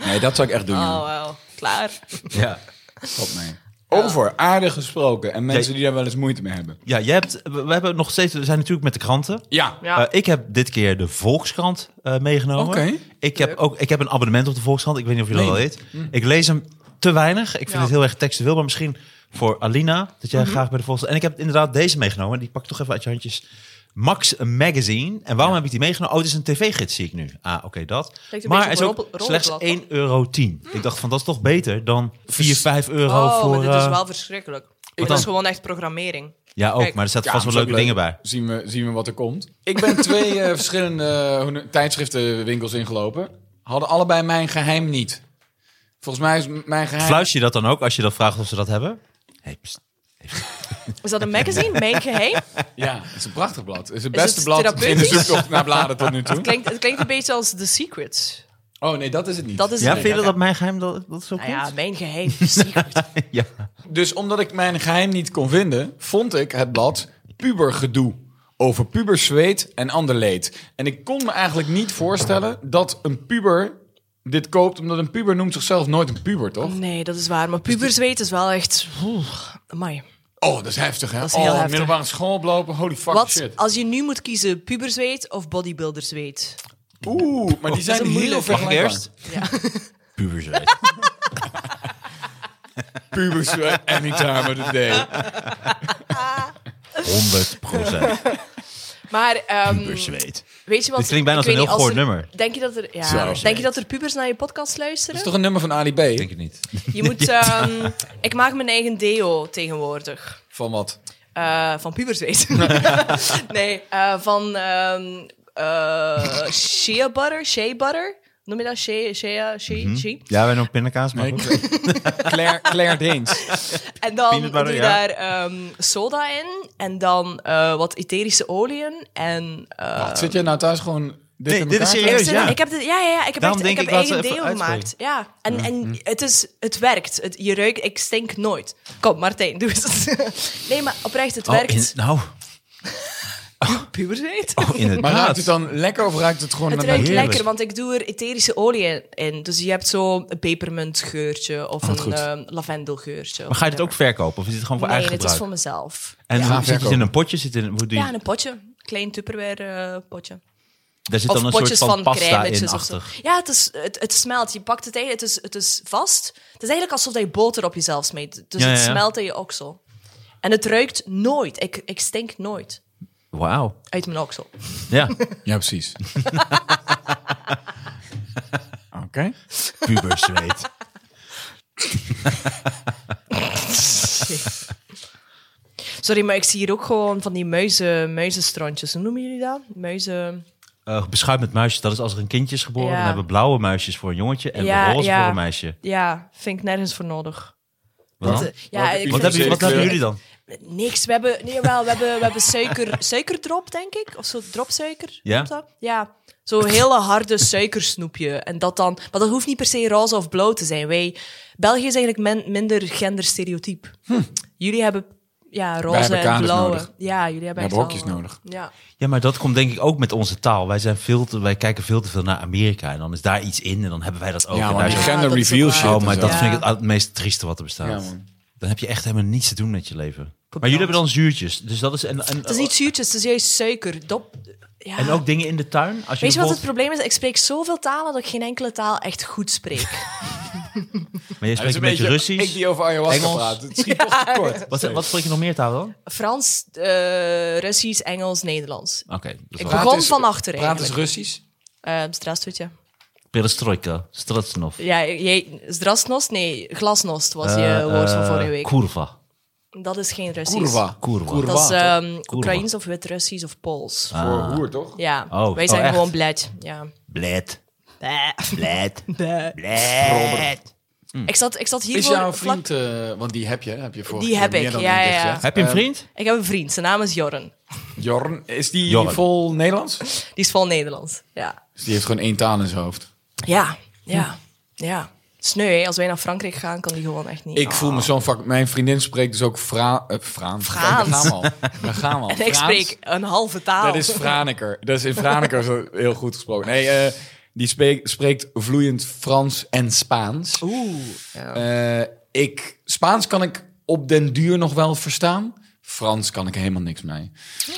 Nee, dat zou ik echt doen.
Oh,
jongen.
wow. Klaar.
Ja.
Stop mee. Over aardig gesproken en mensen die daar wel eens moeite mee hebben.
ja, jij hebt... We we hebben nog steeds... We zijn natuurlijk met de kranten.
Ja.
Ja.
Eh, ik heb dit keer de Volkskrant eh, meegenomen.
Oké.
Ik heb ook ik heb een abonnement op de Volkskrant. Ik weet niet of jullie dat al weet.
Hm.
Ik lees hem te weinig. Ik vind
Ja.
het heel erg textueel, maar misschien voor Alina dat jij
Mhm.
graag bij de Volkskrant. En ik heb inderdaad deze meegenomen. Die pak ik toch even uit je handjes. Max Magazine. En waarom heb ik die meegenomen? Oh, het is een tv-gids zie ik nu. Ah, oké, dat.
beetje
Maar
op
hij is
een
ook
robbel-
slechts 1,10
rollenblad.
euro. Ik dacht van, dat is toch beter dan 4, 5 euro
oh,
voor...
maar dit is
eh,
wel verschrikkelijk. Dit
dan?
is gewoon echt programmering.
Ja, ook,
Kijk.
maar er zaten
Ja,
vast wel
dat is
leuke
ook
dingen
leuk.
bij.
Zien we, zien we wat er komt. Ik ben twee eh, verschillende eh, hoe noem- tijdschriftenwinkels ingelopen. Hadden allebei mijn geheim niet. Volgens mij is m- mijn geheim...
Fluis je dat dan ook als je dat vraagt of ze dat hebben? Hey, pst.
Is dat een magazine? Mijn geheim?
Ja, het is een prachtig blad. Het is het
Is
beste
het
blad in de
therapeutisch?
zoektocht naar bladen tot nu toe.
Klinkt, het klinkt een beetje als The Secret.
Oh nee, dat is het niet.
Dat is
Ja,
het.
vind je dat mijn geheim dat, dat zo
Nou ja,
komt?
mijn geheim. Secret.
Ja.
Dus omdat ik mijn geheim niet kon vinden, vond ik het blad Pubergedoe. Over puberzweet en ander leed. En ik kon me eigenlijk niet voorstellen dat een puber dit koopt, omdat een puber noemt zichzelf nooit een puber, toch?
Nee, dat is waar. Maar puberzweet is wel echt... Oeh, amai.
Oh, dat is heftig, hè?
Dat is
oh,
heel heftig.
middelbare school oplopen, holy fuck
Wat,
shit.
als je nu moet kiezen puberzweet of bodybuilderzweet?
Oeh, maar die zijn
een
heel
moeilijke.
vergelijkbaar.
Ja.
Puberzweet.
Puberzweet, anytime of the day.
100 procent
Maar ehm,
puberzweet.
weet je wat...
Dit klinkt bijna
ik weet
als een heel
niet,
goor
er-
nummer.
Denk je, dat er, ja,
Puberzweet.
denk je dat er pubers naar je podcast luisteren?
Dat is toch een nummer van Ali B?
Denk ik niet.
Je moet... ehm, ik maak mijn eigen deo tegenwoordig.
Van wat?
Eh, van puberzweet. nee, eh, van ehm eh, shea butter, shea butter. Noem je dat? Shea, shea, shea, shea?
Ja, wij noemen pindakaas, maar goed.
Claire, Claire Deens.
En dan
Peanut butter,
doe je
ja.
daar ehm, soda in en dan eh, wat etherische oliën en... eh,
Wacht, zit jij nou thuis gewoon dit
Nee,
in
dit is
elkaar?
serieus.
ik, zit-
ja.
ik heb dit, ja, ja, ja, ik heb,
Daarom
echt, ik
denk
heb
ik, laat
eigen
ze even Hm.
deo gemaakt. Ja. En, en het, is, het werkt. Het, je ruikt, ik stink nooit. Kom, Martijn, doe eens. nee, maar oprecht, het
Oh,
werkt.
in- nou,
Puberzweet.
oh,
Maar ruikt het
inderdaad.
dan lekker of ruikt het gewoon
Het
naar
ruikt
heerlijk.
lekker, want ik doe er etherische olie in. Dus je hebt zo een pepermuntgeurtje of een
goed.
ehm, lavendelgeurtje.
Oh, Maar ga je dit ook verkopen of is dit gewoon voor
Nee,
eigen
het is
gebruik?
voor mezelf.
En
Ja,
hoe- zit het
verkopen.
in een potje? Zit het in, hoe doe je
Ja, in een potje. Klein Tupperware eh, potje.
Daar zit
Of
dan een soort
potjes
van,
van
pasta
crème
in
of zo.
achter.
Ja, het, is, het, het smelt. Je pakt het in, het is, het is vast. Het is eigenlijk alsof je boter op jezelf smeet. Dus
Ja,
het
ja, ja.
smelt in je oksel. En het ruikt nooit. Ik, ik stink nooit
Wauw.
uit mijn oksel.
Ja,
Ja, precies. Oké.
puberstreet.
Sorry, maar ik zie hier ook gewoon van die muizen, muizenstrandjes. Hoe noemen jullie dat? Muizen...
Eh beschuit met muisjes, dat is als er een kindje is geboren.
Ja.
Dan hebben we blauwe muisjes voor een jongetje en
Ja,
roze
ja.
voor een meisje.
Ja, vind ik nergens voor nodig.
Wat, dan?
Want, eh, ja,
Welke
ik
wat,
vind-
hebben, wat hebben jullie dan?
Niks. We hebben, nee, wel, we hebben, we hebben suiker, suikerdrop, denk ik. Of zo dropsuiker.
Ja?
klopt dat? Ja. Zo'n hele harde suikersnoepje. En dat dan, maar dat hoeft niet per se roze of blauw te zijn. Wij, België is eigenlijk men- minder genderstereotyp. Jullie hebben ja, roze
Hm. hebben
en
kaders
blauwe.
nodig.
Ja, jullie hebben
We
echt
hebben hokjes
wel-
nodig.
Ja.
Ja, maar dat komt denk ik ook met onze taal. Wij, zijn veel te, wij kijken veel te veel naar Amerika en dan is daar iets in en dan hebben wij dat ook.
Ja,
En
maar
daar
die
is
Ja,
gender
dat is
reveal
ook
shit.
waar.
Oh, maar
en
dat
zo.
vind ik het, het meest trieste wat er bestaat.
Ja, man.
dan heb je echt helemaal niets te doen met je leven. Maar jullie hebben dan zuurtjes. Dus dat is en, en,
Het is niet zuurtjes, het is juist suiker. Dop, ja.
en ook dingen in de tuin. Als je
Weet je wat het
bijvoorbeeld-
probleem is? Ik spreek zoveel talen dat ik geen enkele taal echt goed spreek.
Maar je
Het is
spreekt een beetje
Ik
Russisch.
die over ayahuasca
Engels.
praat. Het schiet toch tekort.
Wat, wat spreek je nog meer taal dan? Oké.
Frans, eh, Russisch, Engels, Nederlands.
dat
Ik
is wel-
Praat
begon
eens-
van achter
Praat eens
eigenlijk.
Russisch.
Eh Strastutje.
Perestrojka, Stratsnov.
Ja, jij, Zdrastnost? Nee, glasnost was je
Eh,
woord van
eh,
vorige week.
Kurva.
Dat is geen Russisch.
Kurva.
Kurwa.
Dat is
toch?
ehm Oekraïens of Wit-Russisch of Pools.
Voor hoer, toch?
Ja,
Ah. Oh,
wij
oh,
zijn
echt?
gewoon bled. Ja.
Bled.
Bleh.
Bled.
Bleh.
Bled.
Ik zat, ik zat hier
Hm. Is
voor
jouw
vlak-
vriend... eh, want die heb je, hè? heb je vorige
Die
keer
heb
meer
ik,
dan
ja,
één keer
ja, ja.
gezegd.
Heb je een
Eh,
vriend?
Ik heb een vriend, zijn naam is Jorren.
Jorn, is die
Jorn.
vol Nederlands?
Die is vol Nederlands. Ja,
Dus die heeft gewoon één taal in zijn hoofd.
ja,
Hm.
ja. ja. Sneu, hè? als wij naar Frankrijk gaan, kan die gewoon echt niet.
Ik voel me zo'n vak. Mijn vriendin spreekt dus ook Fra eh, Fraans.
Fraans.
Daar gaan we al. Daar gaan we al.
en ik
Fraans,
spreek een halve taal.
Dat is Franeker. Dat is in Franeker zo heel goed gesproken. Nee, eh, die spreekt, spreekt vloeiend Frans en Spaans.
Oeh. Ja.
Eh, ik, Spaans kan ik op den duur nog wel verstaan. Frans kan ik helemaal niks mee.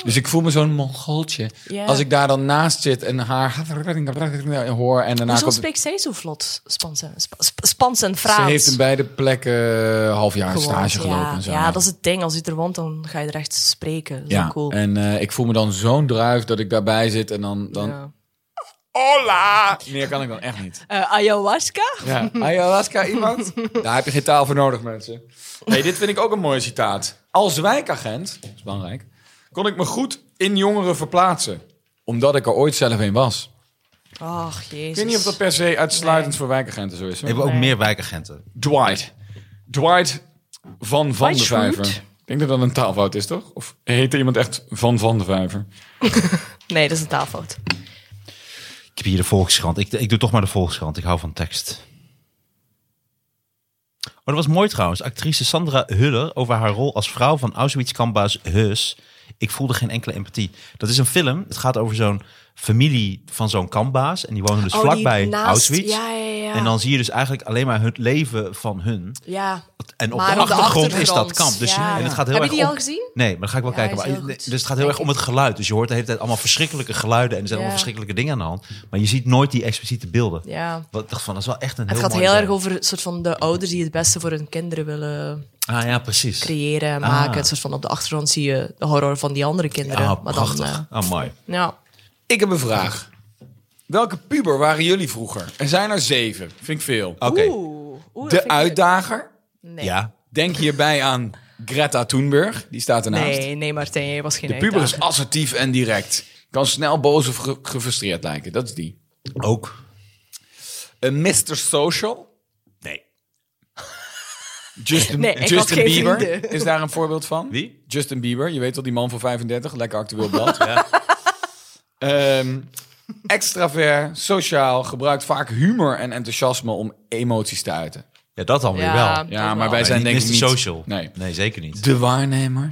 Dus ik voel me zo'n mongooltje.
Oh. Ja.
Als ik daar dan naast zit en haar hoor en daarna
Hoezo
komt...
spreekt zij zo vlot Spans en, Sp- Sp- Spans en Frans?
Ze heeft in beide plekken eh, half jaar
Gewoon,
stage gelopen.
ja.
en zo.
Ja, dat is het ding. Als je er woont, dan ga je er echt spreken. Dat is
Ja,
wel cool.
en eh, ik voel me dan zo'n druif dat ik daarbij zit en dan... dan
Ja.
Hola! Meer kan ik dan echt niet.
Eh, ayahuasca?
Ja. Ayahuasca, iemand? Daar heb je geen taal voor nodig, mensen. Hey, dit vind ik ook een mooi citaat. Als wijkagent, dat is belangrijk, kon ik me goed in jongeren verplaatsen. Omdat ik er ooit zelf een was.
Ach, jezus.
Ik weet niet of dat per se uitsluitend voor wijkagenten zo is.
We
hoor.
hebben ook
Nee.
meer wijkagenten.
Dwight. Dwight van Van de
Dwight
Vijver.
Schrute.
Ik denk dat dat een taalfout is, toch? Of heette iemand echt Van Van de Vijver?
Nee, dat is een taalfout.
Ik heb hier de Volkskrant. Ik, ik doe toch maar de Volkskrant. Ik hou van tekst. Oh, dat was mooi trouwens. Actrice Sandra Huller over haar rol als vrouw van Auschwitz-kampbaas Heus. Ik voelde geen enkele empathie. Dat is een film. Het gaat over zo'n familie van zo'n kampbaas. En die wonen dus
Oh, die
vlakbij
naast-
Auschwitz.
ja, ja, ja.
En dan zie je dus eigenlijk alleen maar het leven van hun.
Ja.
En op,
Maar
de,
op de
achtergrond is dat
achtergrond,
kamp. Dus,
ja.
en het gaat heel
Heb je
erg
die
om-
al gezien?
Nee, maar dan ga ik wel
Ja,
kijken.
is
Maar,
heel goed.
dus het gaat heel erg om het geluid. Dus je hoort de hele tijd allemaal verschrikkelijke geluiden. En er zijn
Ja.
allemaal verschrikkelijke dingen aan de hand. Maar je ziet nooit die expliciete beelden.
Ja.
Wat ik dacht van, dat is wel echt een
Het
heel
gaat
mooi
heel erg
idee.
over het soort van de ouders die het beste voor hun kinderen willen
Ah ja, precies.
creëren en
Ah.
maken. Het soort van op de achtergrond zie je de horror van die andere kinderen.
Ah,
maar dan,
prachtig.
eh,
Ah, mooi.
ja.
Ik heb een vraag. Welke puber waren jullie vroeger? Er zijn er zeven. Vind ik veel.
Oké.
Oeh, oeh, dat vind
De
ik-
uitdager.
Nee.
Ja.
Denk hierbij aan Greta Thunberg. Die staat ernaast.
Nee, nee, Martijn, jij was geen
De puber is
uitdager.
assertief en direct. Kan snel boos of ge- gefrustreerd lijken. Dat is die.
Ook.
Een Mr. Social.
Nee.
Justin,
Nee, ik had
Justin
geen
Bieber
vrienden.
is daar een voorbeeld van.
Wie?
Justin Bieber. Je weet wel, die man van 35. Lekker actueel blad. Ehm, extravert, sociaal. Gebruikt vaak humor en enthousiasme om emoties te uiten.
Ja, dat dan weer
Ja,
wel.
dat
Ja,
wel.
maar wij
Wij
zijn denk ik
Mr.
niet...
Social.
Nee.
nee, zeker niet.
De waarnemer.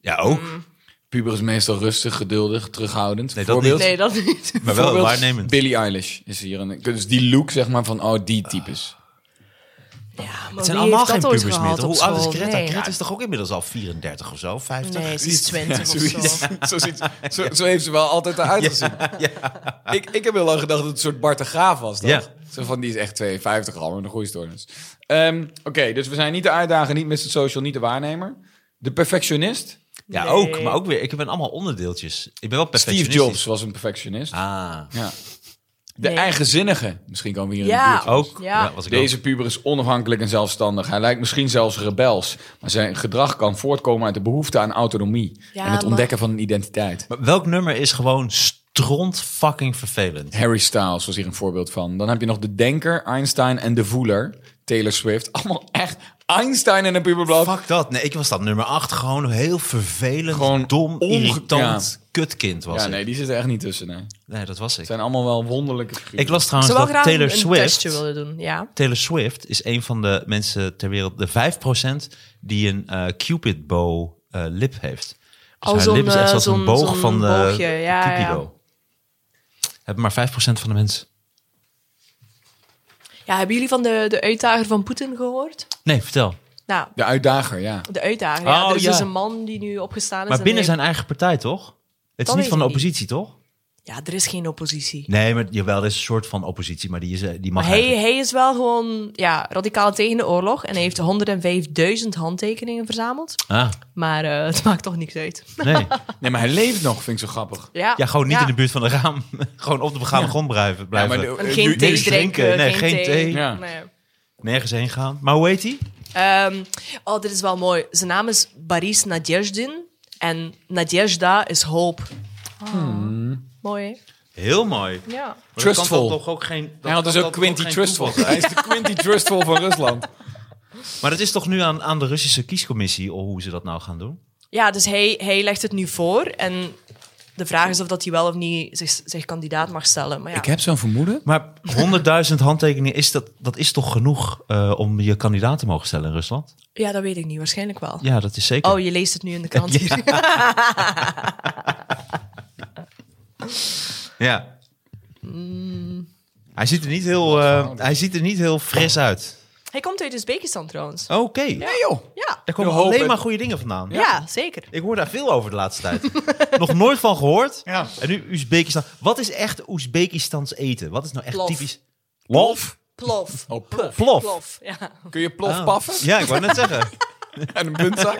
Ja, ook.
Mm.
Puber is meestal rustig, geduldig, terughoudend.
Nee, dat
Voorbeeld-
Nee, dat niet.
Maar wel
voorbeeld,
waarnemend.
Billie Eilish is hier een... Dus die look, zeg maar, van oh, die types.
Ja, maar
Het zijn
wie
allemaal geen
heeft dat ooit
pubers meer.
gehad
toch?
op
Hoe oud is
school?
Greta?
Nee,
Greta
dat-
is toch ook inmiddels al 34 of zo? 50?
Nee, ze is
Ja,
20 of
zoiets.
zo.
zo, ziet, zo, zo heeft ze wel altijd eruit gezien. Ik, ik heb heel lang gedacht dat het een soort Bart de Graaf was. toch?
Ja.
Zo van, die is echt 52 al, maar een goede stoornis. Ehm, Oké, dus we zijn niet de uitdager, niet Mr. Social, niet de waarnemer. De perfectionist.
Ja,
Nee.
ook. Maar ook weer, ik ben allemaal onderdeeltjes. Ik ben wel
Steve
perfectionistisch.
Jobs was een perfectionist.
Ah,
Ja. De
Nee.
eigenzinnige. Misschien komen we hier in de
Ja.
buurt.
ook.
Ja.
was ik
Deze puber is onafhankelijk en zelfstandig. Hij lijkt misschien zelfs rebels. Maar zijn gedrag kan voortkomen uit de behoefte aan autonomie.
Ja,
en het
maar-
ontdekken van een identiteit.
ook. Maar welk nummer is gewoon stront fucking vervelend?
Harry Styles was hier een voorbeeld van. Dan heb je nog de denker, Einstein en de voeler, Taylor Swift. Allemaal echt Einstein en een puberblad.
Fuck dat. Nee, ik was dat nummer 8 gewoon heel vervelend,
Gewoon
dom,
onge-
irritant kutkind was
Ja,
ik.
nee,
Nee.
die zit er echt niet tussen. Nee.
dat was
Het
ik.
zijn allemaal wel wonderlijke figuren.
Ik las
Ik
trouwens
zou wel graag
dat
een,
Taylor
een
Swift...
testje willen doen, ja.
Taylor Swift is een van de mensen ter wereld, de 5% die een eh, Cupid bow eh, lip heeft. Dus
Oh,
haar
zo'n,
lip is echt
eh,
als een
zo'n-
boog
zo'n
van de
boogje, ja,
Cupido. Hebben maar 5% van de mensen.
Ja, hebben jullie van de, de uitdager van Poetin gehoord?
Nee, vertel.
Nou,
De uitdager, ja.
de uitdager. ja.
Oh,
er is
ja.
dus een man die nu opgestaan is.
Maar
en
binnen
heeft-
zijn eigen partij, toch? Het
Dat
is niet
weet
van de
ik niet.
oppositie, toch?
Ja, er is geen oppositie.
Nee, maar jawel, er is een soort van oppositie, maar die, is, eh, die mag
Maar hij,
eigenlijk-
hij is wel gewoon ja, radicaal tegen de oorlog. En hij heeft 105.000 handtekeningen verzameld.
Ah,
Maar eh, het maakt toch niks uit.
nee.
Nee, maar hij leeft nog, vind ik zo grappig.
Ja,
Ja, gewoon niet
Ja.
in de buurt van de raam. gewoon op de begane grond blijven.
Ja,
blijven.
maar de-
En
eh,
geen
nu-
thee
niks
drinken,
drinken. Nee, geen thee.
Ja.
Nee.
Nergens heen gaan. Maar hoe heet hij?
Ehm, oh, dit is wel mooi. Zijn naam is Baris Nadjezdin. En Nadjezda is hoop. Ah, Mooi, hè?
Heel mooi.
Ja.
Maar dat kan
Trustful.
toch ook geen... dat
Hij had dus
kan
ook
toch
Quinty
geen
Trustful.
toeval zijn?
Hij is de Quinty Trustful van Rusland.
Maar dat is toch nu aan, aan de Russische kiescommissie oh, hoe ze dat nou gaan doen?
Ja, dus hij, hij legt het nu voor. En de vraag is of dat hij wel of niet zich, zich kandidaat mag stellen. Maar ja.
Ik heb zo'n vermoeden.
Maar 100.000 handtekeningen, is dat, dat is toch genoeg eh, om je kandidaat te mogen stellen in Rusland?
ja, dat weet ik niet. Waarschijnlijk wel.
Ja, dat is zeker.
Oh, je leest het nu in de krant hier.
Ja.
Mm.
Hij, ziet er niet heel, eh, hij ziet er niet heel fris uit.
Hij komt uit Uzbekistan trouwens.
Oké.
Nee joh.
Ja.
Daar komen
Heel hoop
alleen
en-
maar goede dingen vandaan.
Ja. zeker.
Ik hoor daar veel over de laatste tijd. Nog nooit van gehoord.
Ja.
En nu Oezbekistan. Wat is echt Oezbekistans eten? Wat is nou echt
Plof.
typisch? Lof?
Plof.
Oh, plof.
Plof.
Ja.
Kun je plof paffen?
Ja, ik wou net zeggen.
En een puntzak?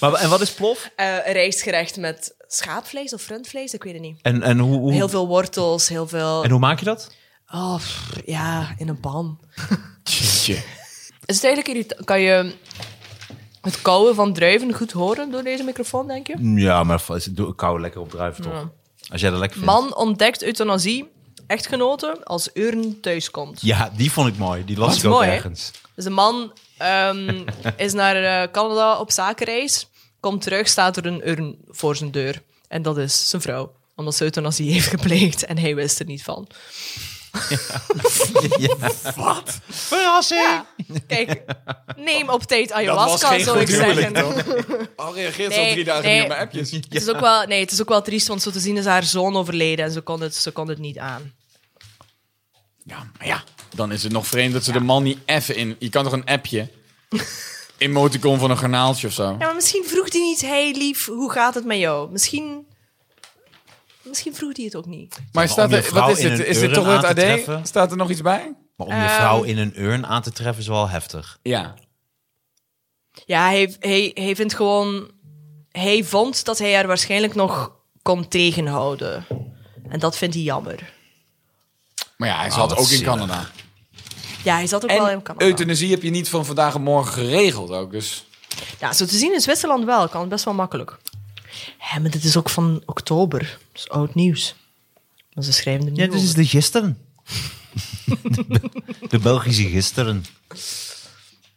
Maar, en wat is plof?
Eh, een rijstgerecht met schaapvlees of rundvlees, ik weet het niet.
En, en, hoe, hoe-
Heel veel wortels, heel veel...
en hoe maak je dat?
Oh, pff, ja, in een pan.
Jeetje.
Is het eigenlijk irritant? Kan je het kouwen van druiven goed horen door deze microfoon, denk je?
Mm, Ja, maar doe kou lekker op druiven toch? Als jij dat lekker vindt.
Man ontdekt euthanasie, echtgenote, als uren thuiskomt.
Ja, die vond ik mooi. Die las
Wat
ik ook
mooi, hè?
ergens.
Dus de man ehm, is naar eh, Canada op zakenreis, komt terug, staat er een urn voor zijn deur. En dat is zijn vrouw, omdat ze euthanasie heeft gepleegd en hij wist er niet van.
Wat?
Verrassing!
Kijk, neem op tijd
was
ayahuasca,
geen
zou ik
goed huwelijk,
zeggen.
Al reageert ze
Nee,
al drie dagen
nee.
niet op mijn appjes.
Het, is ook wel, nee, het is ook wel triest, want zo te zien is haar zoon overleden en ze kon het, ze kon het niet aan.
Ja, maar ja, dan is het nog vreemd dat ze de man niet effen in. Je kan toch een appje? Emoticon van een garnaaltje of zo.
Ja, maar misschien vroeg hij niet, hey lief, hoe gaat het met jou? Misschien, misschien vroeg hij het ook niet.
Maar staat
om je
er,
vrouw
wat is
in
dit?
een
Is dit
urn
toch het
aan te
AD?
treffen?
Staat er nog iets bij?
Maar om je vrouw in een urn aan te treffen is wel heftig.
Ja.
Ja, hij, hij, hij vindt gewoon... Hij vond dat hij haar waarschijnlijk nog kon tegenhouden. En dat vindt hij jammer.
Maar ja, hij
Ah,
zat
wat
ook in
zielig.
Canada.
Ja, hij zat ook wel in
En
Canada.
euthanasie heb je niet van vandaag op morgen geregeld ook. Dus
Ja, zo te zien in Zwitserland wel. Kan best wel makkelijk. Hé, maar dit is ook van oktober. Dat is oud nieuws. Maar ze schrijven er niet
Ja, dit is
over.
de gisteren. de Belgische gisteren.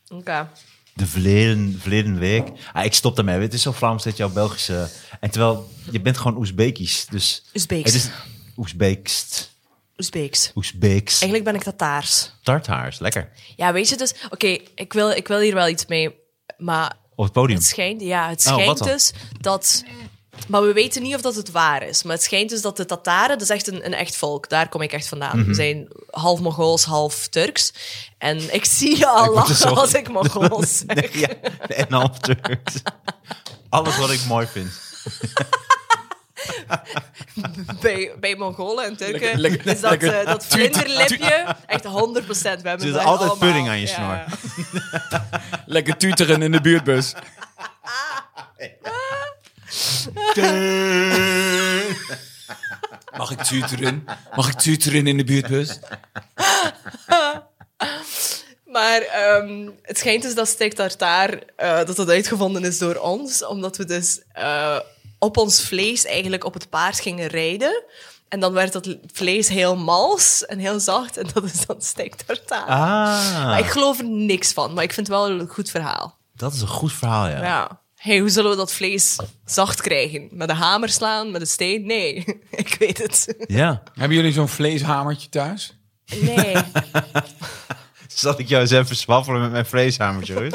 Oké.
De verleden, verleden week. Ah, ik stop daarmee. Het is zo Vlaams dat jouw Belgische... En terwijl, je bent gewoon Oezbekisch. Dus
Oezbeeks.
Het is Oezbeekst.
Oezbeeks.
Oezbeeks.
Eigenlijk ben ik Tataars.
Tartaars, lekker.
Ja, weet je, dus... Oké, ik, wil, ik wil hier wel iets mee, maar...
Op het podium.
Het schijnt, ja, het
Oh,
schijnt
wat dan?
dus dat Maar we weten niet of dat het waar is. Maar het schijnt dus dat de Tataren, dat is echt een, een echt volk. Daar kom ik echt vandaan.
Mhm.
We zijn half Mongols, half Turks. En ik zie je al
Ik dus word er
lachen
zo-
als ik Mongols zeg.
Nee, ja, en half Turks. Alles wat ik mooi vind.
Bij, bij Mongolen en Turken
Lekker- lekker-
is dat,
lekker-
eh, dat vlinderlipje echt 100%. We hebben
zit
daar
altijd
allemaal-
pudding aan je
ja,
snor.
ja.
Lekker tuteren in de buurtbus. Mag ik tuteren? Mag ik tuteren in de buurtbus?
Maar ehm, het schijnt dus dat steak tartaar eh, dat dat uitgevonden is door ons, omdat we dus eh, op ons vlees eigenlijk op het paard gingen rijden. En dan werd dat vlees heel mals en heel zacht en dat is dan steak tartaar. Maar Ik
Ah,
geloof er niks van, maar ik vind het wel een goed verhaal.
dat is een goed verhaal, ja.
Ja. Hey, hoe zullen we dat vlees zacht krijgen? Met een hamer slaan? Met een steen? Nee, ik weet het.
Ja.
Hebben jullie zo'n vleeshamertje thuis?
Nee.
Zal ik jou eens even zwaffelen met mijn vreeshamertje, hoor.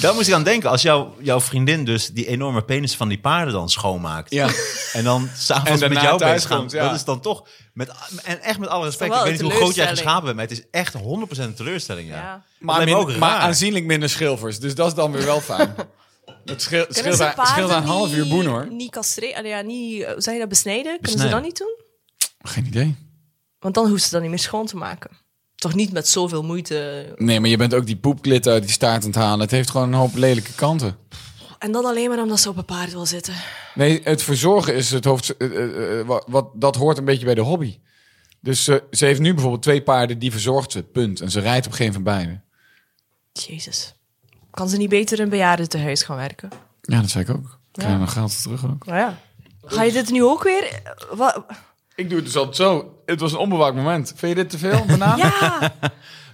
Daar moest ik aan denken. Als jouw jouw vriendin dus die enorme penis van die paarden dan schoonmaakt.
Ja.
En dan
En
s'avonds met
daarna
jou
thuis
bezig gaan.
komt, ja.
Dat is dan toch... Met, en echt met alle respect.
wel
Ik weet niet
een
hoe groot jij
teleurstelling.
geschapen bent. Maar het is echt 100% een teleurstelling, ja.
Ja.
Dat
Maar,
lijkt me
min-
ook
maar
raar.
aanzienlijk minder schilfers. Dus dat is dan weer wel fijn. Het scheel-
Kunnen
scheelt
ze
aan- het scheelt
paarden
aan een half uur boen
niet-
hoor.
Niet castreren, ah, ja, niet, eh, hoe zeg je dat, besnijden? Kunnen ze
Besnijden.
dat niet doen?
Geen idee.
Want dan hoeft ze dat niet meer schoon te maken. Toch niet met zoveel moeite.
Nee, maar je bent ook die poepklit uit die staart aan het halen. Het heeft gewoon een hoop lelijke kanten.
En dan alleen maar omdat ze op een paard wil zitten.
Nee, het verzorgen is het hoofd. eh, eh, eh, wat, wat, dat hoort een beetje bij de hobby. Dus eh, ze heeft nu bijvoorbeeld twee paarden die verzorgt ze, punt. En ze rijdt op geen van beide.
Jezus. Kan ze niet beter in bejaardentehuis gaan werken?
Ja, dat zei ik ook. Ja, dan gaat ze terug ook.
Nou ja. Ga je dit nu ook weer? Eh, wa-
Ik doe het dus altijd zo. Het was een onbewaakt moment. Vind je dit te veel, banaan?
Ja,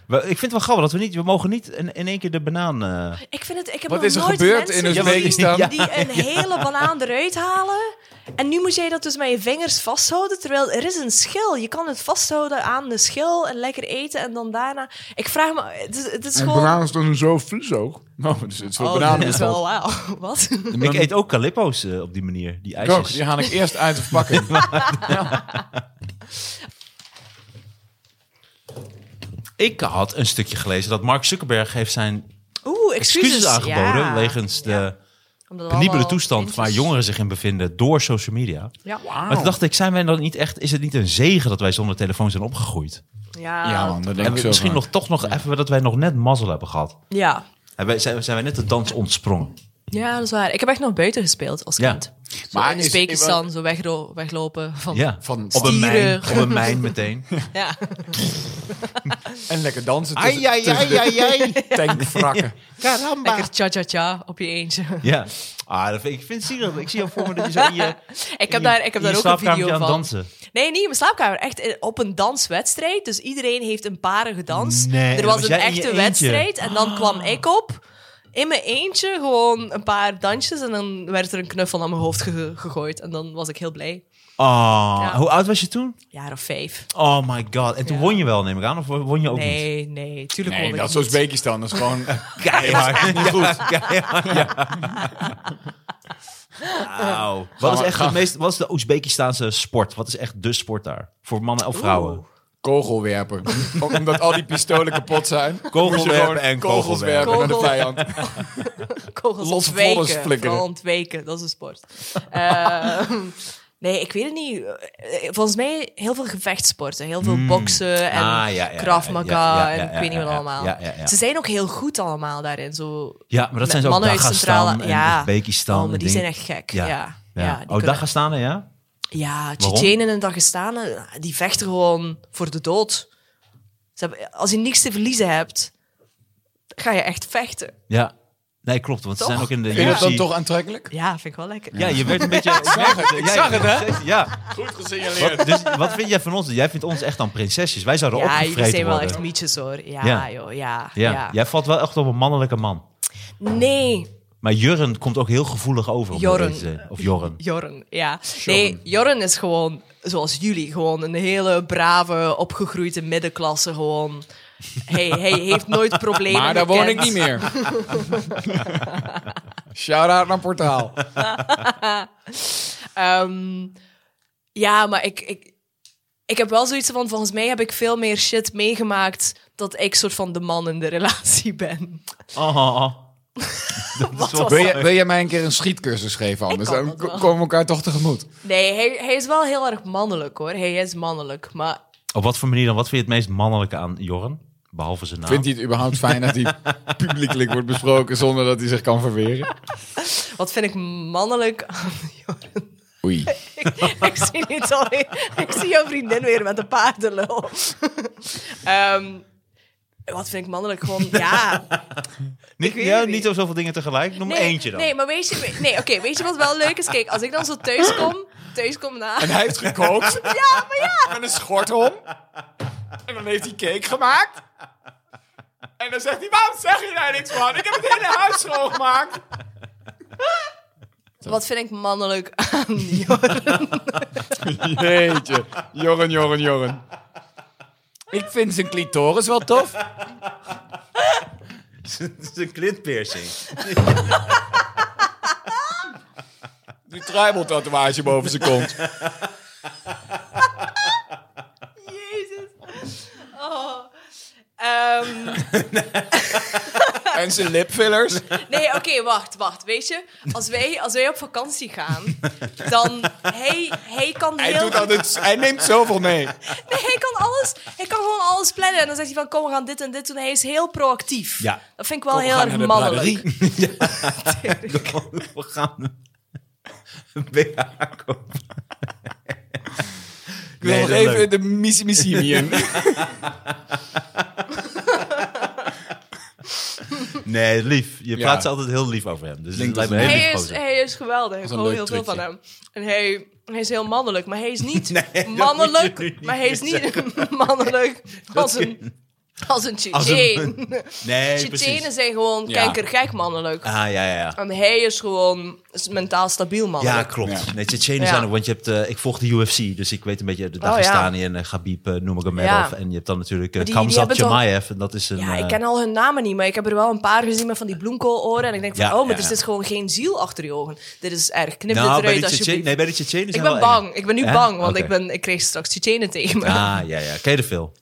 We- Ik vind het wel grappig dat we niet... We mogen niet in, in één keer de banaan... eh,
ik vind het. Ik heb
Wat
nog
is er
nooit
gebeurd
mensen
in
gezien
Oezbekistan? Ja,
die een hele banaan eruit halen. En nu moet jij dat dus met je vingers vasthouden, terwijl er is een schil. Je kan het vasthouden aan de schil en lekker eten en dan daarna. Ik vraag me, het is, het is
En
gewoon.
banaan is dan zo vies ook. Nou, dus het is wel
Oh,
banaan.
dit is wel wauw. Wat?
Ik eet ook calippo's eh, op die manier. Die
Kok,
ijsjes.
die haal ik eerst uit de verpakking.
Ik had een stukje gelezen dat Mark Zuckerberg heeft zijn
Oeh, excuses,
excuses aangeboden
ja.
wegens de
Omdat we
penibele
allemaal
toestand
kindjes-
waar jongeren zich in bevinden door social media.
Oh.
Ja,
Maar toen dacht ik, zijn wij dan niet echt, is het niet een zegen dat wij zonder telefoon zijn opgegroeid?
ja,
Ja, man, dat
En
denk ik
we,
zo.
misschien
vaak.
nog toch nog even dat wij nog net mazzel hebben gehad.
ja.
En wij, zijn, zijn wij net de dans ontsprongen?
Ja, dat is waar. Ik heb echt nog buiten gespeeld als
Ja.
kind.
Maar
Maar in
is-
Uzbekistan, zo wegro- weglopen van...
Ja,
Van
op een mijn,
stieren.
op een mijn meteen.
Ja.
En lekker dansen tussen,
Ai, ai, ai, ai, ai.
tankvrakken.
Lekker cha-cha-cha op je eentje.
Ja. Ah, dat vind, ik vind het zielig. Ik zie jou voor me dat je zo in je,
Ik
in
heb
je-
daar, ik heb
in
daar
je
ook een video
slaapkamertje
van.
aan dansen.
Nee, niet in mijn slaapkamer. Echt eh, op een danswedstrijd. Dus iedereen heeft een parige dans.
Nee, en
er
dan
was
was
een
jij in je
echte
eentje. Ah.
wedstrijd. En dan kwam ik op. In mijn eentje gewoon een paar dansjes. En dan werd er een knuffel aan mijn hoofd ge- gegooid. En dan was ik heel blij.
Oh,
Ja.
hoe oud was je toen?
Jaar of vijf.
Oh my god. En toen
Ja.
won je wel, neem ik aan? Of won je ook niet?
Nee, nee. Tuurlijk
Nee,
kon
dat
ik
is
dus
niet.
Oezbekistan. Dat is gewoon...
Keihard. Niet goed. Keihard. Wauw. Wat is echt het meest, wat is de Oezbekistaanse sport? Wat is echt de sport daar? Voor mannen of vrouwen?
Oeh.
kogelwerpen. Om- Omdat al die pistolen kapot zijn.
Kogelwerpen
Moet je gewoon
en
kogels werpen
kogelwerpen.
naar de
Kogel-
vijand.
Kogels
Losse
ontweken.
vollers flikkeren.
vooral ontweken, dat is een sport. Ehm, nee, ik weet het niet. Eh, Volgens mij heel veel gevechtsporten. Heel veel boksen en
Hmm. Ah, ja, ja, ja,
Krav
ja,
Maga
ja, ja,
en ik
ja,
weet niet
ja,
wat
ja,
allemaal.
ja, ja, ja.
Ze zijn ook heel goed allemaal daarin. Zo
Ja, maar dat
met
zijn ze ook
mannen uit
Dagestan
centrale-
en
ja.
Oezbekistan.
Oh, maar
en
die
dingen.
zijn echt gek. Ja,
Ja.
ja.
Ja.
die
oh,
kunnen-
Dagestanen, ja?
ja
Waarom?
Tsjetsjenen en Dagestanen, die vechten gewoon voor de dood. Ze hebben, als je niks te verliezen hebt, ga je echt vechten.
Ja. Nee, klopt. Want ze
Toch?
zijn ook in de
Vind je dat
UFC.
dan toch aantrekkelijk?
Ja, vind ik wel lekker.
Ja, je werd een beetje... ik zag het, ik zag het, hè? Ja.
Goed gesignaleerd.
Wat, dus, wat vind jij van ons? Jij vindt ons echt dan prinsesjes. Wij zouden
Ja,
opgevreten
jullie zijn wel
worden.
echt mietjes hoor. Ja,
Ja.
joh, ja.
ja.
ja.
Jij valt wel echt op een mannelijke man.
Nee,
Maar Jurren komt ook heel gevoelig over. om dat
Jorren.
te zeggen. Of Jorren.
Jorren, ja. Nee, Jorren is gewoon, zoals jullie, gewoon een hele brave, opgegroeide middenklasse. Gewoon hey, hey, heeft nooit problemen
Maar daar woon ik
gekend.
niet meer. Shout-out naar Portaal.
Ehm, ja, maar ik, ik, ik heb wel zoiets van, volgens mij heb ik veel meer shit meegemaakt dat ik soort van de man in de relatie ben.
Oh, oh, oh.
Wat
wel-
was
Wil,
dat?
je, wil jij mij een keer een schietcursus geven? Anders
kan
dan
dat wel.
komen we elkaar toch tegemoet.
Nee, hij, hij is wel heel erg mannelijk hoor. Hij is mannelijk, maar
Op wat voor manier dan? Wat vind je het meest mannelijke aan Jorren? Behalve zijn naam.
Vindt hij het überhaupt fijn dat hij publiekelijk wordt besproken zonder dat hij zich kan verweren?
wat vind ik mannelijk aan Joren?
Oei.
ik, ik zie niet al. Ik zie jouw vriendin weer met een paardenlul. Ehm, wat vind ik mannelijk? Gewoon, ja.
niet,
ik weet
ja,
het
niet.
niet.
op zoveel dingen tegelijk. Noem
Nee,
eentje dan.
Nee, maar weet je, nee, oké, weet je wat wel leuk is? Kijk, als ik dan zo thuis kom, thuis kom na...
En hij heeft gekookt.
Ja, maar ja.
met een schort om. En dan heeft hij cake gemaakt. En dan zegt hij, waarom zeg je daar niks van? Ik heb het hele huis schoongemaakt.
Wat vind ik mannelijk aan Joren?
Jeetje. Jorren, Jorren, Jorren. Ik vind zijn clitoris wel tof.
Het is een klintpiercing.
Die tribal-tatoeage boven zijn kont.
Jezus. Oh. Ehm,
En zijn lipfillers.
Nee, oké, wacht, wacht. Weet je, als wij, als wij op vakantie gaan, dan hij, hij kan
Hij,
heel...
doet altijd, hij neemt zoveel mee.
Nee, hij kan alles. Hij kan gewoon alles plannen. En dan zegt hij van, kom, we gaan dit en dit doen. Hij is heel proactief.
Ja.
Dat vind ik wel
Kom, we
heel
gaan
erg
naar de
mannelijk.
We gaan een BH kopen.
Ik wil
Nee,
nog
dat is
even
leuk.
de missie missie in.
Nee, lief. Je
Ja.
praat ze altijd heel lief over hem. Dus het
Klinkt
lijkt me
als
heel
een-
lief
Hij is,
gozer.
hij is geweldig. Ik
is een
hou
leuk
heel veel van
trucje.
hem. En hij, hij is heel mannelijk, maar hij is niet
dat moet je nu
mannelijk.
niet
Maar hij is
meer
niet mannelijk als een, als een
Als een-
Tsjetsjeen.
Nee,
Tsjetsjenen
precies.
zijn Oh, gewoon
Ja.
kankergek mannelijk.
Ah, ja, ja, ja.
En hij is gewoon is mentaal stabiel
Ja,
mannelijk.
klopt.
Ja.
Nee, Tsjetsjenen
Ja. Oh,
zijn ook, want je hebt, eh, ik volg de UFC, dus ik weet een beetje de
ja.
Dagestani en eh, Khabib, eh, noem ik hem maar
Ja.
af. En je hebt dan natuurlijk eh,
Maar die- die
Kamzat
hebben toch-
Chimaev, en dat is een...
Ja, ik
eh,
ken al hun namen niet, maar ik heb er wel een paar gezien met van die bloemkooloren. En ik denk van,
Ja,
oh, maar
ja,
er
ja.
zit gewoon geen ziel achter je ogen. Dit is erg. Knip
nou,
dit
bij de
eruit
Tsjetsjenen
alsjeblieft.
nee, bij de Tsjetsjenen
ik
zijn
ben
wel
bang.
eng.
Ik ben nu
Hè?
bang, want
Oké.
ik, ben, ik kreeg straks Tsjetsjenen tegen me.
Ah, ja, ja. Ken je de film?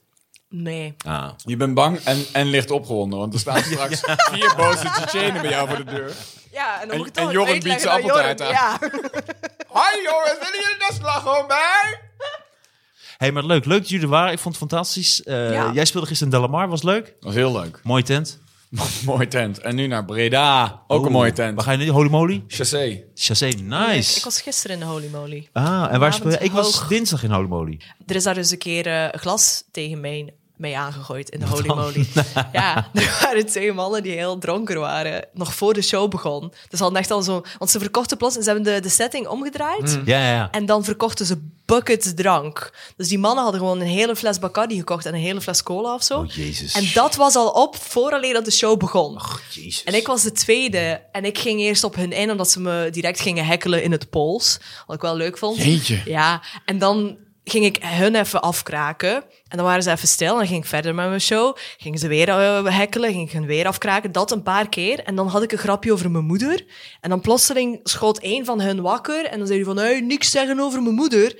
Nee.
Ah.
Je bent bang en, en licht opgewonden, want er staan straks vier boze Tsjetsjenen bij jou voor de deur.
Ja, en dan
En-
moet ik
en
het wel
Jorrit
uitleggen
biedt zijn
aan
appeltaart
Jorrit. Ja.
Hoi jongens, willen jullie de slagroom bij?
hey, maar leuk. Leuk dat jullie er waren. Ik vond het fantastisch. Eh,
Ja.
Jij speelde gisteren in Delamar, was leuk.
Dat was heel leuk.
Mooie tent.
Mooi tent. En nu naar Breda. Ook een
Oeh.
mooie tent.
Waar ga je nu? Holy moly?
Chassé.
Chassé, nice.
Ik was gisteren in de Holy Moly.
Ah, en waar speel je? Ik
Vanavond
was
hoog.
dinsdag in Holy moly.
Er is daar dus een keer eh, een glas tegen mij, mij aangegooid in de Holy Moly. ja, er waren twee mannen die heel dronken waren, nog voor de show begon. Dus hadden echt al zo... Want ze verkochten plots... Ze hebben de, de setting omgedraaid.
Ja, ja, ja.
En dan verkochten ze buckets drank. Dus die mannen hadden gewoon een hele fles Bacardi gekocht en een hele fles cola of zo.
Oh, jezus. Oh,
En dat was al op vooraleer dat de show begon.
Jezus.
En ik was de tweede. En ik ging eerst op hun in, omdat ze me direct gingen hekkelen in het Pools. Wat ik wel leuk vond.
Jeetje.
Ja, en dan ging ik hun even afkraken. En dan waren ze even stil. En dan ging ik verder met mijn show. Gingen ze weer eh, hekkelen. Ging ik hun weer afkraken. Dat een paar keer. En dan had ik een grapje over mijn moeder. En dan plotseling schoot één van hun wakker. En dan zei hij van, hey, niks zeggen over mijn moeder.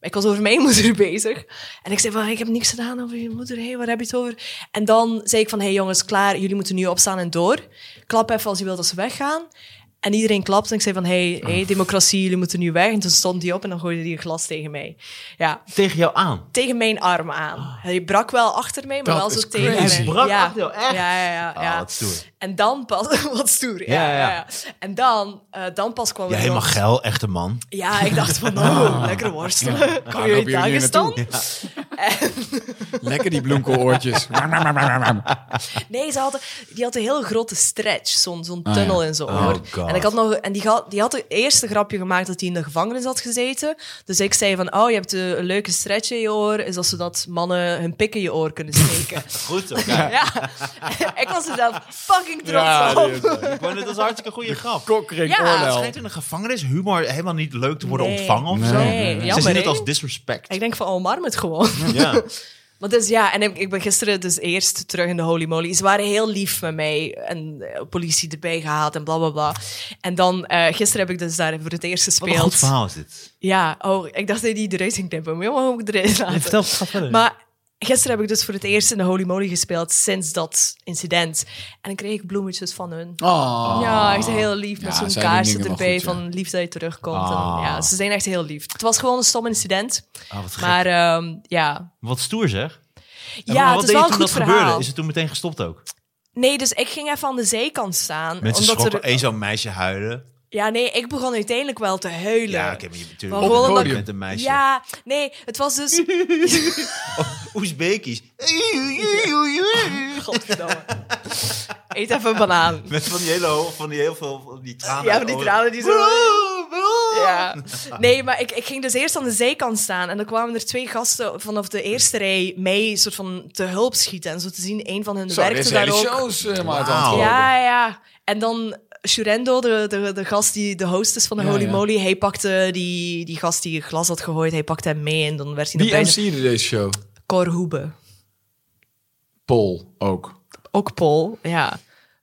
Ik was over mijn moeder bezig. En ik zei van, ik heb niks gedaan over je moeder. Hé, waar heb je het over? En dan zei ik van, hé hey jongens, klaar. Jullie moeten nu opstaan en door. Klap even als je wilt dat ze weggaan. En iedereen klapt. En ik zei van, hé, hey,
Oh.
hey, democratie, jullie moeten nu weg. En toen stond hij op en dan gooide hij een glas tegen mij. Ja,
tegen jou aan.
tegen mijn arm aan.
Ah.
Hij brak wel achter mij, maar
Dat
wel
is
zo tegen
crazy.
mij.
Hij
brak
ja.
achter jou, echt?
Ja, ja, ja.
Ah,
ja.
wat stoer.
En dan pas... wat stoer, ja,
Ja,
ja,
ja,
ja.
ja.
En dan, eh, dan pas kwam
Ja,
er
helemaal
nog-
geil, echte man.
ja, ik dacht van, oh, lekkere worstelen. Kom je uit
lopen jullie hier
Dagestan?
Lekker die bloemkooloortjes.
Nee, ze hadden, die had een heel grote stretch, zo'n zo'n
ja.
tunnel in zijn
Oh,
oor.
God.
en ik had nog, en die, ga- die had het eerste grapje gemaakt dat hij in de gevangenis had gezeten. Dus ik zei van, oh, je hebt eh, een leuke stretch in je oor. Is dat zodat mannen hun pik in je oor kunnen steken.
Goed, oké.
ja, ik was er dan fucking trots
Ja,
op.
die is, eh,
Ik wou net als een hartstikke goede grap.
Kokring
Ja,
Het
oorlel.
schijnt in een gevangenis humor helemaal niet leuk te worden
Nee.
ontvangen of zo.
Nee,
Ze
jammer,
zien het
hè?
als disrespect.
Ik denk van, omarm het gewoon.
Ja.
Maar dus ja, en ik, ik ben gisteren dus eerst terug in de Holy Moly. Ze waren heel lief met mij en eh, politie erbij gehaald en bla bla bla. En dan eh, gisteren heb ik dus daar voor het eerst
Wat een goed
gespeeld.
verhaal is dit.
Ja, oh, ik dacht dat je die eruit ging knippen, maar jongen, hoe moet ik erin laten?
Nee, vertel, ga verder.
Maar gisteren heb ik dus voor het eerst in de Holy Moly gespeeld sinds dat incident. En dan kreeg ik bloemetjes van hun.
Oh.
Ah.
Ja, echt heel lief. Met
Ja, zij
zo'n
doen
kaarsje
dingen wel
erbij
goed, ja.
van lief dat je terugkomt.
Ah.
En, ja, ze zijn echt heel lief. Het was gewoon een stom incident.
Ah, wat, gek.
Maar ehm, ja.
wat stoer zeg. En maar
Ja,
wat
het is
deed
wel
je
een
toen
goed
dat
verhaal.
gebeurde? Is het toen meteen gestopt ook?
Nee, dus ik ging even aan de zijkant staan.
Mensen
omdat
schrokken, e-
er...
één zo'n meisje huilen.
Ja, nee, ik begon uiteindelijk wel te huilen.
Ja, ik heb je natuurlijk
Maar
op het
gewoon
podium
dat-
met een meisje.
Ja, nee, het was dus...
Oezbekisch.
Godverdomme. Eet even een banaan.
Met van die hele ho- van die heel veel van die tranen.
Ja, van die
Oh,
tranen die zo... Ja. Nee, maar ik, ik ging dus eerst aan de zijkant staan. En dan kwamen er twee gasten vanaf de eerste rij mij soort van te hulp schieten. En zo te zien, een van hun
Zo, dit is
werkte daar
hele
ook.
shows eh, maar uit de
Wauw.
hand gelopen.
Ja, ja. En dan Shurendo, de, de, de gast die de host is van de
Ja,
Holy
ja.
Moly, hij pakte die, die gast die glas had gegooid, hij pakte hem mee en dan werd hij naar
Wie
buiten.
MC'de deze show?
Cor Hoebe.
Paul ook.
Ook Paul, ja.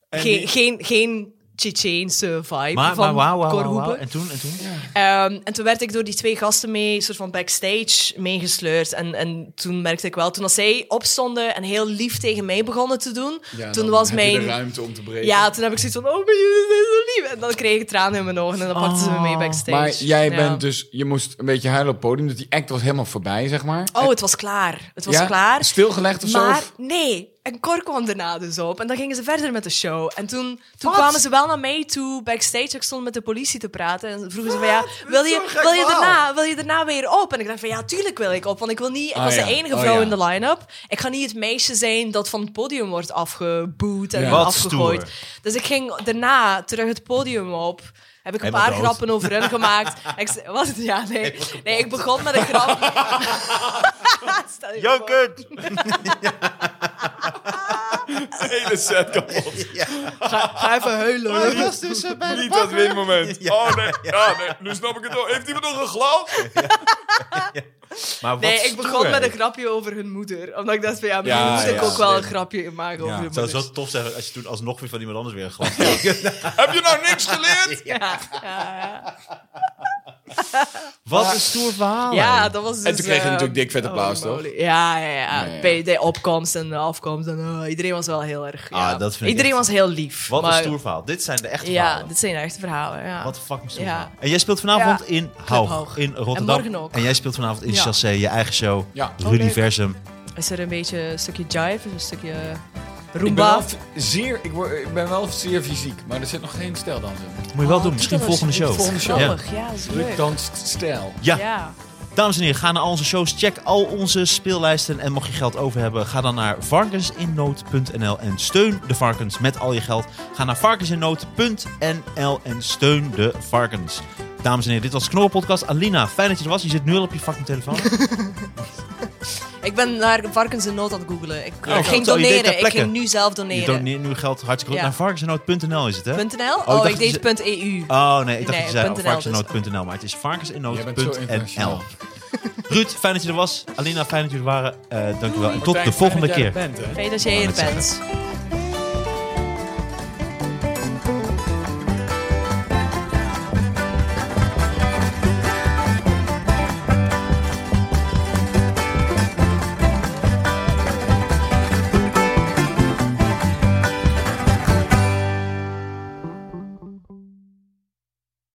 En
Geen,
die-
geen, geen Tsjetsjeense vibe
Maar,
van
maar wauw, wauw,
Cor
wauw,
Hoebe.
wauw. En toen, en toen?
Ehm, en toen werd ik door die twee gasten mee, soort van backstage, meegesleurd. En, en toen merkte ik wel, toen als zij opstonden en heel lief tegen mij begonnen te doen, toen was mijn...
ruimte om te breken.
Ja, toen heb ik zoiets van, oh, maar jullie zijn zo lief. En dan kreeg ik tranen in mijn ogen en dan pakten ze me mee backstage.
Ah. maar jij
Ja.
bent dus, je moest een beetje huilen op het podium, dus die act was helemaal voorbij, zeg maar.
Oh, het was klaar. Het was
Ja?
klaar.
Stilgelegd of zo?
maar
Of-
nee, en Cor kwam daarna dus op. En dan gingen ze verder met de show. En toen, toen kwamen ze wel naar mij toe, backstage. Ik stond met de politie te praten. En vroegen ze van, ja, wil
zo'n
je,
gek
wil, je
verhaal.
daarna, wil je daarna weer op? En ik dacht van, ja, tuurlijk wil ik op. Want ik wil niet... Ik
Ah,
was
ja.
de enige
Oh,
vrouw
ja.
in de line-up. Ik ga niet het meisje zijn dat van het podium wordt afgeboet en
Ja.
Wat
afgegooid.
stoer.
Dus ik ging daarna terug het podium op. Heb ik een
Helemaal
paar
dood.
grappen over hen gemaakt. ik, zei- was het? Ja, nee. Nee, ik begon met een grap. Stel je voor.
Jankert!
hele set kapot.
Ga, ga even huilen.
was
eh,
tussen bij
Niet dat winmoment. Oh nee, ja, nee, nu snap ik het al. Heeft iemand nog een glas?
Maar wat
Nee, ik begon
stoer.
met een grapje over hun moeder. Omdat ik dacht van, ja, misschien
Ja,
moet ik
ja,
ook wel een
slim.
grapje maken over
Ja.
hun
Het zou
moeder.
zo tof zijn als je toen alsnog weer van iemand anders weer een glas kreeg.
Heb je nou niks geleerd?
Ja, ja,
Wat een stoer verhaal.
ja,
hè.
dat was dus...
En toen kreeg je
eh,
natuurlijk dik vet applaus,
holy
toch?
moly. Ja, ja, ja.
Ja, ja.
Bij de opkomst en de afkomst. En, eh, iedereen was wel heel erg... Ja.
Ah, dat vind ik
iedereen was
echt-
heel lief.
Wat
maar-
een stoer verhaal. Dit zijn de echte
Ja,
verhalen.
dit zijn echte verhalen, ja.
Wat een fucking stoer
Ja.
verhaal. En jij speelt vanavond
Ja.
in
Hoog.
Haug, in Rotterdam.
En morgen ook.
jij speelt vanavond in
Ja.
Chassé, je eigen show,
Ja.
het
Oh,
Universum.
Is er een beetje een stukje jive, een stukje eh,
Ik ben,
roomba?
wel zeer, ik, word, ik ben wel zeer fysiek, maar er zit nog geen stijldans in.
Moet je wel
Oh,
doen, misschien volgende show.
Volgende show.
Ja.
Grappig, ja, dat is
Druk
leuk.
danst stijl.
Ja.
Ja.
dames en heren, ga naar al onze shows, check al onze speellijsten en mocht je geld over hebben, ga dan naar varkensinnood.nl en steun de varkens met al je geld. Ga naar varkensinnood.nl en steun de varkens. Dames en heren, dit was de Knorrenpodcast. Alina, fijn dat je er was. Je zit nu al op je fucking telefoon.
Ik ben naar varkens in nood aan het googelen. Ik
Oh,
ik ging
zo, je deed ter
doneren. Ik
plekke.
ging nu zelf
je
doneren.
doneert nu geld hartstikke goed.
Ja.
Naar varkensinnood.nl is het, hè?
.nl?
Oh, ik
Oh, ik
dacht
deed .eu.
Oh nee, ik dacht
Nee,
dat je zei
.nl,
varkensinnood.nl, maar het is
Jij bent zo
varkensinnood.nl.
internationaal.
Ruud, fijn dat je er was. Alina, fijn dat jullie er waren. Eh dankjewel en tot
Martijn,
de volgende
fijn dat
keer.
jij er bent, hè?
Fijn dat jij
Ik
hier
wou net
bent.